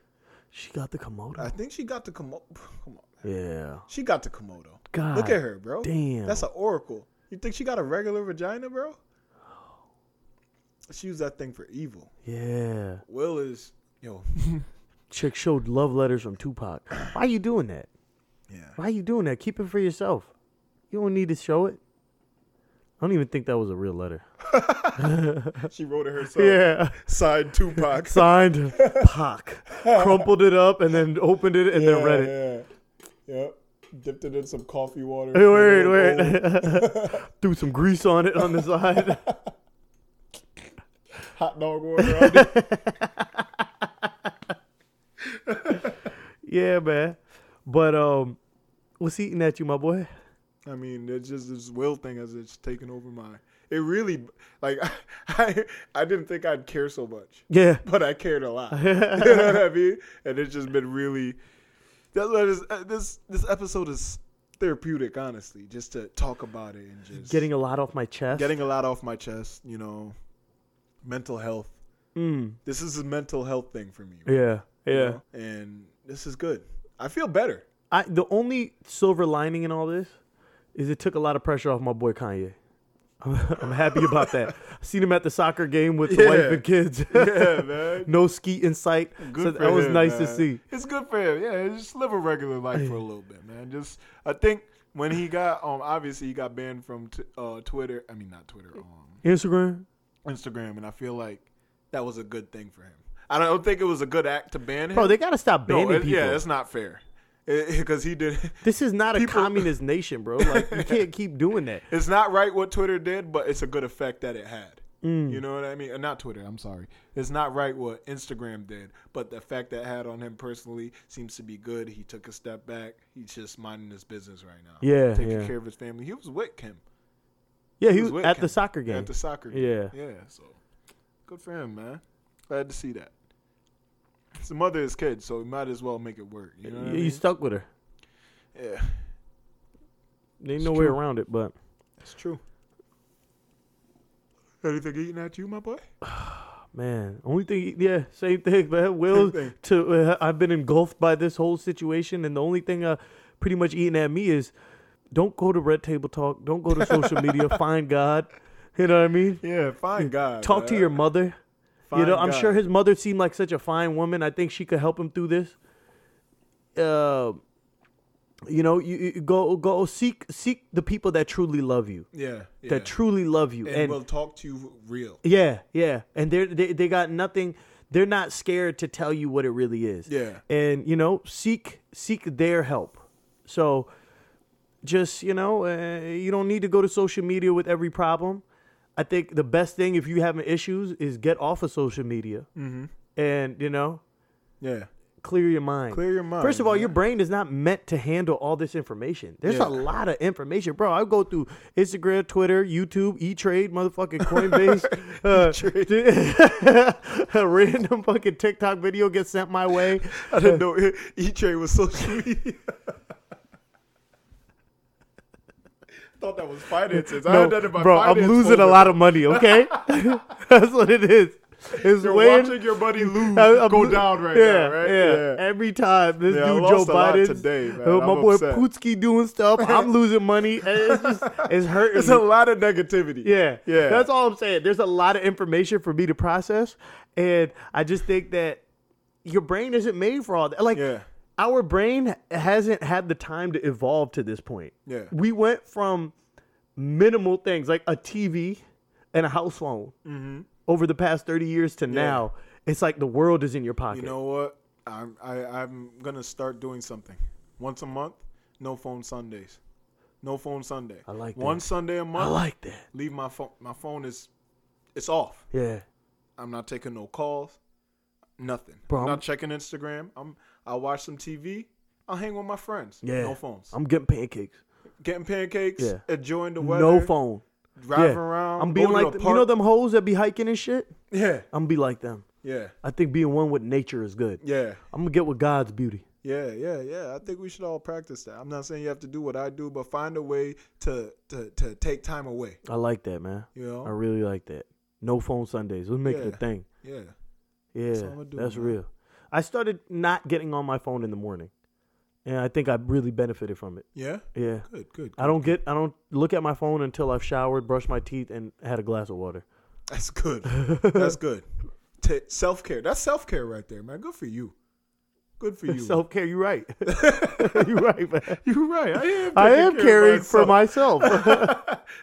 Speaker 3: She got the Komodo.
Speaker 1: I think she got the Komodo. (laughs) Come on,
Speaker 3: yeah.
Speaker 1: she got the Komodo.
Speaker 3: God
Speaker 1: Look at her, bro.
Speaker 3: damn.
Speaker 1: that's an oracle. You think she got a regular vagina, bro? She used that thing for evil.
Speaker 3: Yeah.
Speaker 1: Will is yo. (laughs)
Speaker 3: Chick showed love letters from Tupac. Why you doing that?
Speaker 1: Yeah.
Speaker 3: Why you doing that? Keep it for yourself. You don't need to show it. I don't even think that was a real letter.
Speaker 1: She
Speaker 3: (laughs)
Speaker 1: wrote it herself.
Speaker 3: Yeah.
Speaker 1: Signed
Speaker 3: (laughs)
Speaker 1: Tupac.
Speaker 3: Signed Pac. Crumpled it up and then opened it and then read
Speaker 1: (laughs)
Speaker 3: it.
Speaker 1: Yeah. Yep. Dipped it in some coffee water.
Speaker 3: Hey, wait, wait. (laughs) Threw some grease on it on the side.
Speaker 1: Hot dog water. on it.
Speaker 3: Yeah, man. But um, what's eating at you, my boy?
Speaker 1: I mean, it's just this will thing has it's taken over my. It really like (laughs) I I didn't think I'd care so much,
Speaker 3: Yeah.
Speaker 1: (laughs) but I cared a
Speaker 3: (laughs)
Speaker 1: lot. you know what I mean? And it's just been really. That's what is, uh, this this episode is therapeutic, honestly, just to talk about it and just
Speaker 3: Getting a lot off my chest.
Speaker 1: getting a lot off my chest. You know, mental health.
Speaker 3: Mm.
Speaker 1: This is a mental health thing for me.
Speaker 3: Yeah.
Speaker 1: you
Speaker 3: Yeah.
Speaker 1: know? and this is good. I feel
Speaker 3: (laughs)
Speaker 1: better. (laughs)
Speaker 3: I the only silver lining in all this is it took a lot of pressure off my boy Kanye. I'm (laughs) happy about that. I seen him at the soccer game with the
Speaker 1: Yeah.
Speaker 3: wife and kids.
Speaker 1: Yeah, man.
Speaker 3: (laughs) no ski in sight. so that was
Speaker 1: him,
Speaker 3: nice to
Speaker 1: man.
Speaker 3: see.
Speaker 1: It's good for him. Yeah, just live a regular life for a little bit, man. Just I think when he got um obviously he got banned from t- uh Twitter. I mean not Twitter, um
Speaker 3: Instagram.
Speaker 1: Instagram, and I feel like that was a good thing for him. I don't think it was a good act to ban him.
Speaker 3: Bro, they gotta stop
Speaker 1: no,
Speaker 3: banning
Speaker 1: it-
Speaker 3: people.
Speaker 1: yeah, that's not fair. (laughs) Because he did.
Speaker 3: this is not
Speaker 1: people-
Speaker 3: a communist nation, bro. Like
Speaker 1: (laughs)
Speaker 3: you can't keep doing that.
Speaker 1: It's not right what Twitter did, but it's a good effect that it had.
Speaker 3: Mm.
Speaker 1: You know what I mean? Uh, Not Twitter. I'm sorry. It's not right what Instagram did, but the effect that had on him personally seems to be good. He took a step back. He's just minding his business right now.
Speaker 3: Yeah,
Speaker 1: taking
Speaker 3: yeah.
Speaker 1: care of his family. He was with Kim.
Speaker 3: Yeah, he was
Speaker 1: with
Speaker 3: at
Speaker 1: Kim
Speaker 3: the soccer game.
Speaker 1: At the soccer game.
Speaker 3: Yeah.
Speaker 1: yeah. So good for him, man. Glad to see that. His mother is kid, so he might as well make it work. You know what
Speaker 3: you
Speaker 1: I mean?
Speaker 3: stuck with her.
Speaker 1: yeah,
Speaker 3: There's no way
Speaker 1: true.
Speaker 3: around it, but
Speaker 1: it's true. Anything eating at you, my boy?
Speaker 3: Man, only thing, yeah, same thing, (laughs) man. Will
Speaker 1: thing.
Speaker 3: to uh, I've been engulfed by this whole situation, and the only thing uh, pretty much eating at me is, don't go to Red Table Talk, don't go to
Speaker 1: (laughs)
Speaker 3: social media, find God, you know what I mean?
Speaker 1: Yeah, fine guy.
Speaker 3: Talk to
Speaker 1: man.
Speaker 3: your mother. you
Speaker 1: Fine
Speaker 3: know, I'm
Speaker 1: guy.
Speaker 3: sure his mother seemed like such a fine woman. I think she could help him through this. Uh, you know, you, you go go seek seek the people that truly love you,
Speaker 1: Yeah, yeah.
Speaker 3: that truly love you,
Speaker 1: and, will talk to you real.
Speaker 3: Yeah, yeah. And they're, they they got nothing. They're not scared to tell you what it really is.
Speaker 1: Yeah.
Speaker 3: And you know, seek seek their help. So just, you know, uh, you don't need to go to social media with every problem. I think the best thing if you having issues is get off of social media. Mm-hmm. And, you know, (laughs)
Speaker 1: Yeah,
Speaker 3: clear your mind.
Speaker 1: Clear your mind,
Speaker 3: First of all,
Speaker 1: man.
Speaker 3: your brain is not meant to handle all this information. There's
Speaker 1: Yeah.
Speaker 3: a lot of information, bro. I go through Instagram, Twitter, YouTube, E Trade, motherfucking
Speaker 1: (laughs)
Speaker 3: Coinbase, uh, (laughs) a random fucking TikTok video gets sent my way.
Speaker 1: I didn't know E Trade was social media. (laughs) Thought that was finances. (laughs) I
Speaker 3: No,
Speaker 1: had that in my
Speaker 3: bro, I'm
Speaker 1: finance
Speaker 3: losing a
Speaker 1: folder.
Speaker 3: lot of
Speaker 1: (laughs)
Speaker 3: money. Okay, (laughs) that's what it is. It's
Speaker 1: You're
Speaker 3: weighing-
Speaker 1: watching your buddy lose
Speaker 3: I- I'm
Speaker 1: go
Speaker 3: lo-
Speaker 1: down right
Speaker 3: yeah,
Speaker 1: now, right?
Speaker 3: Yeah, every time this
Speaker 1: Yeah, I
Speaker 3: dude
Speaker 1: lost a
Speaker 3: Joe
Speaker 1: lot
Speaker 3: Biden
Speaker 1: today, man.
Speaker 3: uh, my
Speaker 1: I'm
Speaker 3: boy
Speaker 1: upset.
Speaker 3: Pootsky doing stuff. I'm losing money. and It's just
Speaker 1: (laughs)
Speaker 3: it's hurting.
Speaker 1: It's
Speaker 3: me.
Speaker 1: a lot of negativity.
Speaker 3: Yeah,
Speaker 1: yeah.
Speaker 3: That's all I'm saying. There's a lot of information for me to process, and I just think that your brain isn't made for all that. Like,
Speaker 1: Yeah.
Speaker 3: our brain hasn't had the time to evolve to this point.
Speaker 1: Yeah.
Speaker 3: we went from minimal things like a TV and a house phone
Speaker 1: Mm-hmm.
Speaker 3: over the past thirty years to now. It's like the world is in your pocket.
Speaker 1: You know what? I'm I, I'm gonna start doing something once a month. No phone Sundays. No phone Sunday. I
Speaker 3: like that.
Speaker 1: one Sunday a
Speaker 3: I
Speaker 1: month.
Speaker 3: like that.
Speaker 1: leave my phone. My phone is it's off.
Speaker 3: Yeah.
Speaker 1: I'm not taking no calls. Nothing.
Speaker 3: Bro,
Speaker 1: I'm
Speaker 3: I'm-
Speaker 1: not checking Instagram. I'm I'll watch some TV. I'll hang with my friends.
Speaker 3: Yeah.
Speaker 1: No phones.
Speaker 3: I'm getting pancakes.
Speaker 1: Getting pancakes.
Speaker 3: Yeah.
Speaker 1: Enjoying the weather.
Speaker 3: no phone.
Speaker 1: Driving
Speaker 3: Yeah.
Speaker 1: around.
Speaker 3: I'm being
Speaker 1: going to
Speaker 3: like
Speaker 1: a
Speaker 3: them, you know
Speaker 1: park.
Speaker 3: them hoes that be hiking and shit.
Speaker 1: Yeah.
Speaker 3: I'm be like them.
Speaker 1: Yeah.
Speaker 3: I think being one with nature is good.
Speaker 1: Yeah.
Speaker 3: I'm gonna get with God's beauty.
Speaker 1: Yeah. Yeah. Yeah. I think we should all practice that. I'm not saying you have to do what I do, but find a way to to to take time away.
Speaker 3: I like that, man.
Speaker 1: You know?
Speaker 3: I really like that. No phone Sundays. Let's make it
Speaker 1: Yeah.
Speaker 3: a thing.
Speaker 1: Yeah.
Speaker 3: Yeah,
Speaker 1: all I'm gonna
Speaker 3: that's,
Speaker 1: do, man.
Speaker 3: real. I started not getting on my phone in the morning, and I think I really benefited from it.
Speaker 1: Yeah.
Speaker 3: Yeah,
Speaker 1: Good. Good.
Speaker 3: I don't get, I don't look at my phone until I've showered, brushed my teeth, and had a glass of water.
Speaker 1: That's
Speaker 3: (laughs)
Speaker 1: good. That's good. T- self care. That's self care right there, man. Good for you. Good for you.
Speaker 3: Self care.
Speaker 1: (laughs)
Speaker 3: You're right. (laughs) you're right, man.
Speaker 1: You're right. I am.
Speaker 3: (laughs) I
Speaker 1: taking
Speaker 3: am
Speaker 1: care of
Speaker 3: caring for
Speaker 1: myself. (laughs)
Speaker 3: myself.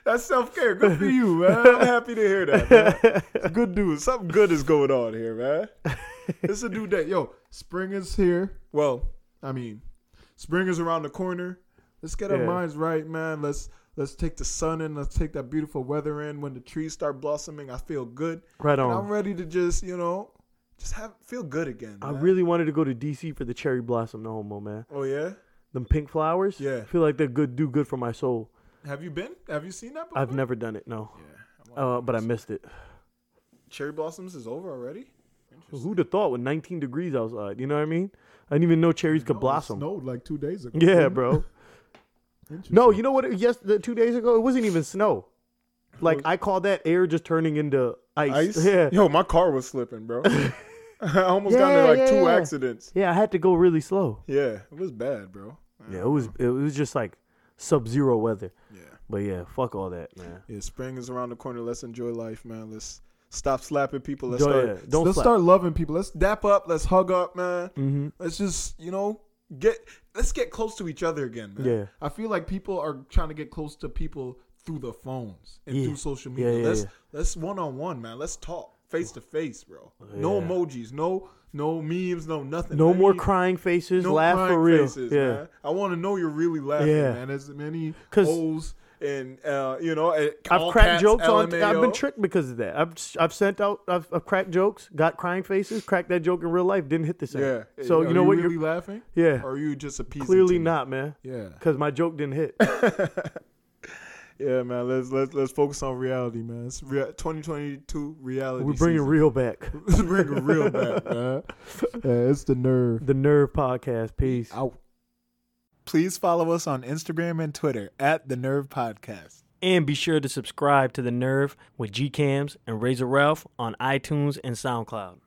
Speaker 1: That's self care. Good for you, man. I'm happy to hear that. Man. It's Good news. Something good is going on here, man. It's a new day. Yo, spring is here. Well, I mean, spring is around the corner. Let's get our
Speaker 3: Yeah.
Speaker 1: minds right, man. Let's let's take the sun in. Let's take that beautiful weather in. When the trees start blossoming, I feel good.
Speaker 3: Right
Speaker 1: And
Speaker 3: on.
Speaker 1: I'm ready to just you know just have feel good again.
Speaker 3: I
Speaker 1: man.
Speaker 3: really wanted to go to DC for the cherry blossom, no homo, man.
Speaker 1: Oh yeah.
Speaker 3: Them pink flowers.
Speaker 1: Yeah.
Speaker 3: I feel like they're good. Do good for my soul.
Speaker 1: Have you been? Have you seen that? Before?
Speaker 3: I've never done it. No.
Speaker 1: Yeah. I want-
Speaker 3: Uh, but I missed it.
Speaker 1: Cherry blossoms is over already.
Speaker 3: Who'd have thought with 19 degrees outside? You know what I mean? I didn't even know cherries could blossom.
Speaker 5: Snowed like two days ago.
Speaker 1: (laughs)
Speaker 3: Yeah, bro.
Speaker 5: Interesting.
Speaker 3: No, you know what? Yes, the two days ago, it wasn't even snow. Like I call that air just turning into ice.
Speaker 5: Ice?
Speaker 3: (laughs) Yeah,
Speaker 1: Yo, my car was slipping,
Speaker 3: (laughs)
Speaker 1: bro. (laughs) I almost got
Speaker 3: Yeah,
Speaker 1: into like
Speaker 3: yeah,
Speaker 1: two
Speaker 3: yeah.
Speaker 1: accidents.
Speaker 3: yeah. I had to go really slow.
Speaker 1: Yeah, it was bad, bro.
Speaker 3: Yeah, it was it was just like sub-zero weather.
Speaker 1: Yeah.
Speaker 3: But yeah, fuck all that, man.
Speaker 1: Yeah, spring is around the corner. Let's enjoy life, man. Let's stop slapping people. Let's
Speaker 3: Don't,
Speaker 1: start.
Speaker 3: yeah, don't
Speaker 5: Let's
Speaker 3: slap. Mm-hmm.
Speaker 5: start loving people. Let's
Speaker 1: dap up. Let's hug up, man. Let's just, you know, get let's get close to each other again, man.
Speaker 3: Yeah.
Speaker 5: I feel like people are trying to get close to people through the phones and
Speaker 3: Yeah.
Speaker 5: through social
Speaker 3: Yeah,
Speaker 5: media.
Speaker 3: yeah,
Speaker 5: let's
Speaker 3: yeah.
Speaker 1: Let's one on one, man. Let's talk face to face, bro. No
Speaker 3: Oh, Yeah.
Speaker 1: emojis, no no memes, no nothing.
Speaker 3: No
Speaker 1: man.
Speaker 3: more
Speaker 1: You-
Speaker 3: crying faces.
Speaker 1: no
Speaker 3: laugh for
Speaker 1: crying
Speaker 3: real.
Speaker 1: faces,
Speaker 3: yeah.
Speaker 1: man. I want to know you're really laughing,
Speaker 3: Yeah.
Speaker 1: man. As many
Speaker 3: 'Cause-
Speaker 1: O's and uh, you know, and all
Speaker 3: I've cracked
Speaker 1: caps,
Speaker 3: jokes on. I've
Speaker 1: LMAO.
Speaker 3: been tricked because of that. I've I've sent out. I've, I've cracked jokes. Got crying faces. Cracked that joke in real life. Didn't hit the same.
Speaker 1: Yeah.
Speaker 3: So
Speaker 1: Are
Speaker 3: you know what?
Speaker 1: Really
Speaker 3: You're
Speaker 1: laughing?
Speaker 3: Yeah.
Speaker 1: Or are you just appeasing?
Speaker 3: clearly
Speaker 1: to me?
Speaker 3: not, man.
Speaker 1: Yeah.
Speaker 3: Because my joke didn't hit.
Speaker 1: Yeah, man. Let's let's let's focus on reality, man. It's rea- 2022 reality.
Speaker 3: We're bringing real back.
Speaker 1: (laughs) season. bringing real
Speaker 3: (laughs)
Speaker 1: back. man.
Speaker 5: Uh, yeah, it's the nerve.
Speaker 3: The Nerve Podcast. Peace.
Speaker 5: Out.
Speaker 1: Please follow us on Instagram and Twitter at the Nerve Podcast.
Speaker 2: And be sure to subscribe to The Nerve with G Cams and Razor Ralph on iTunes and SoundCloud.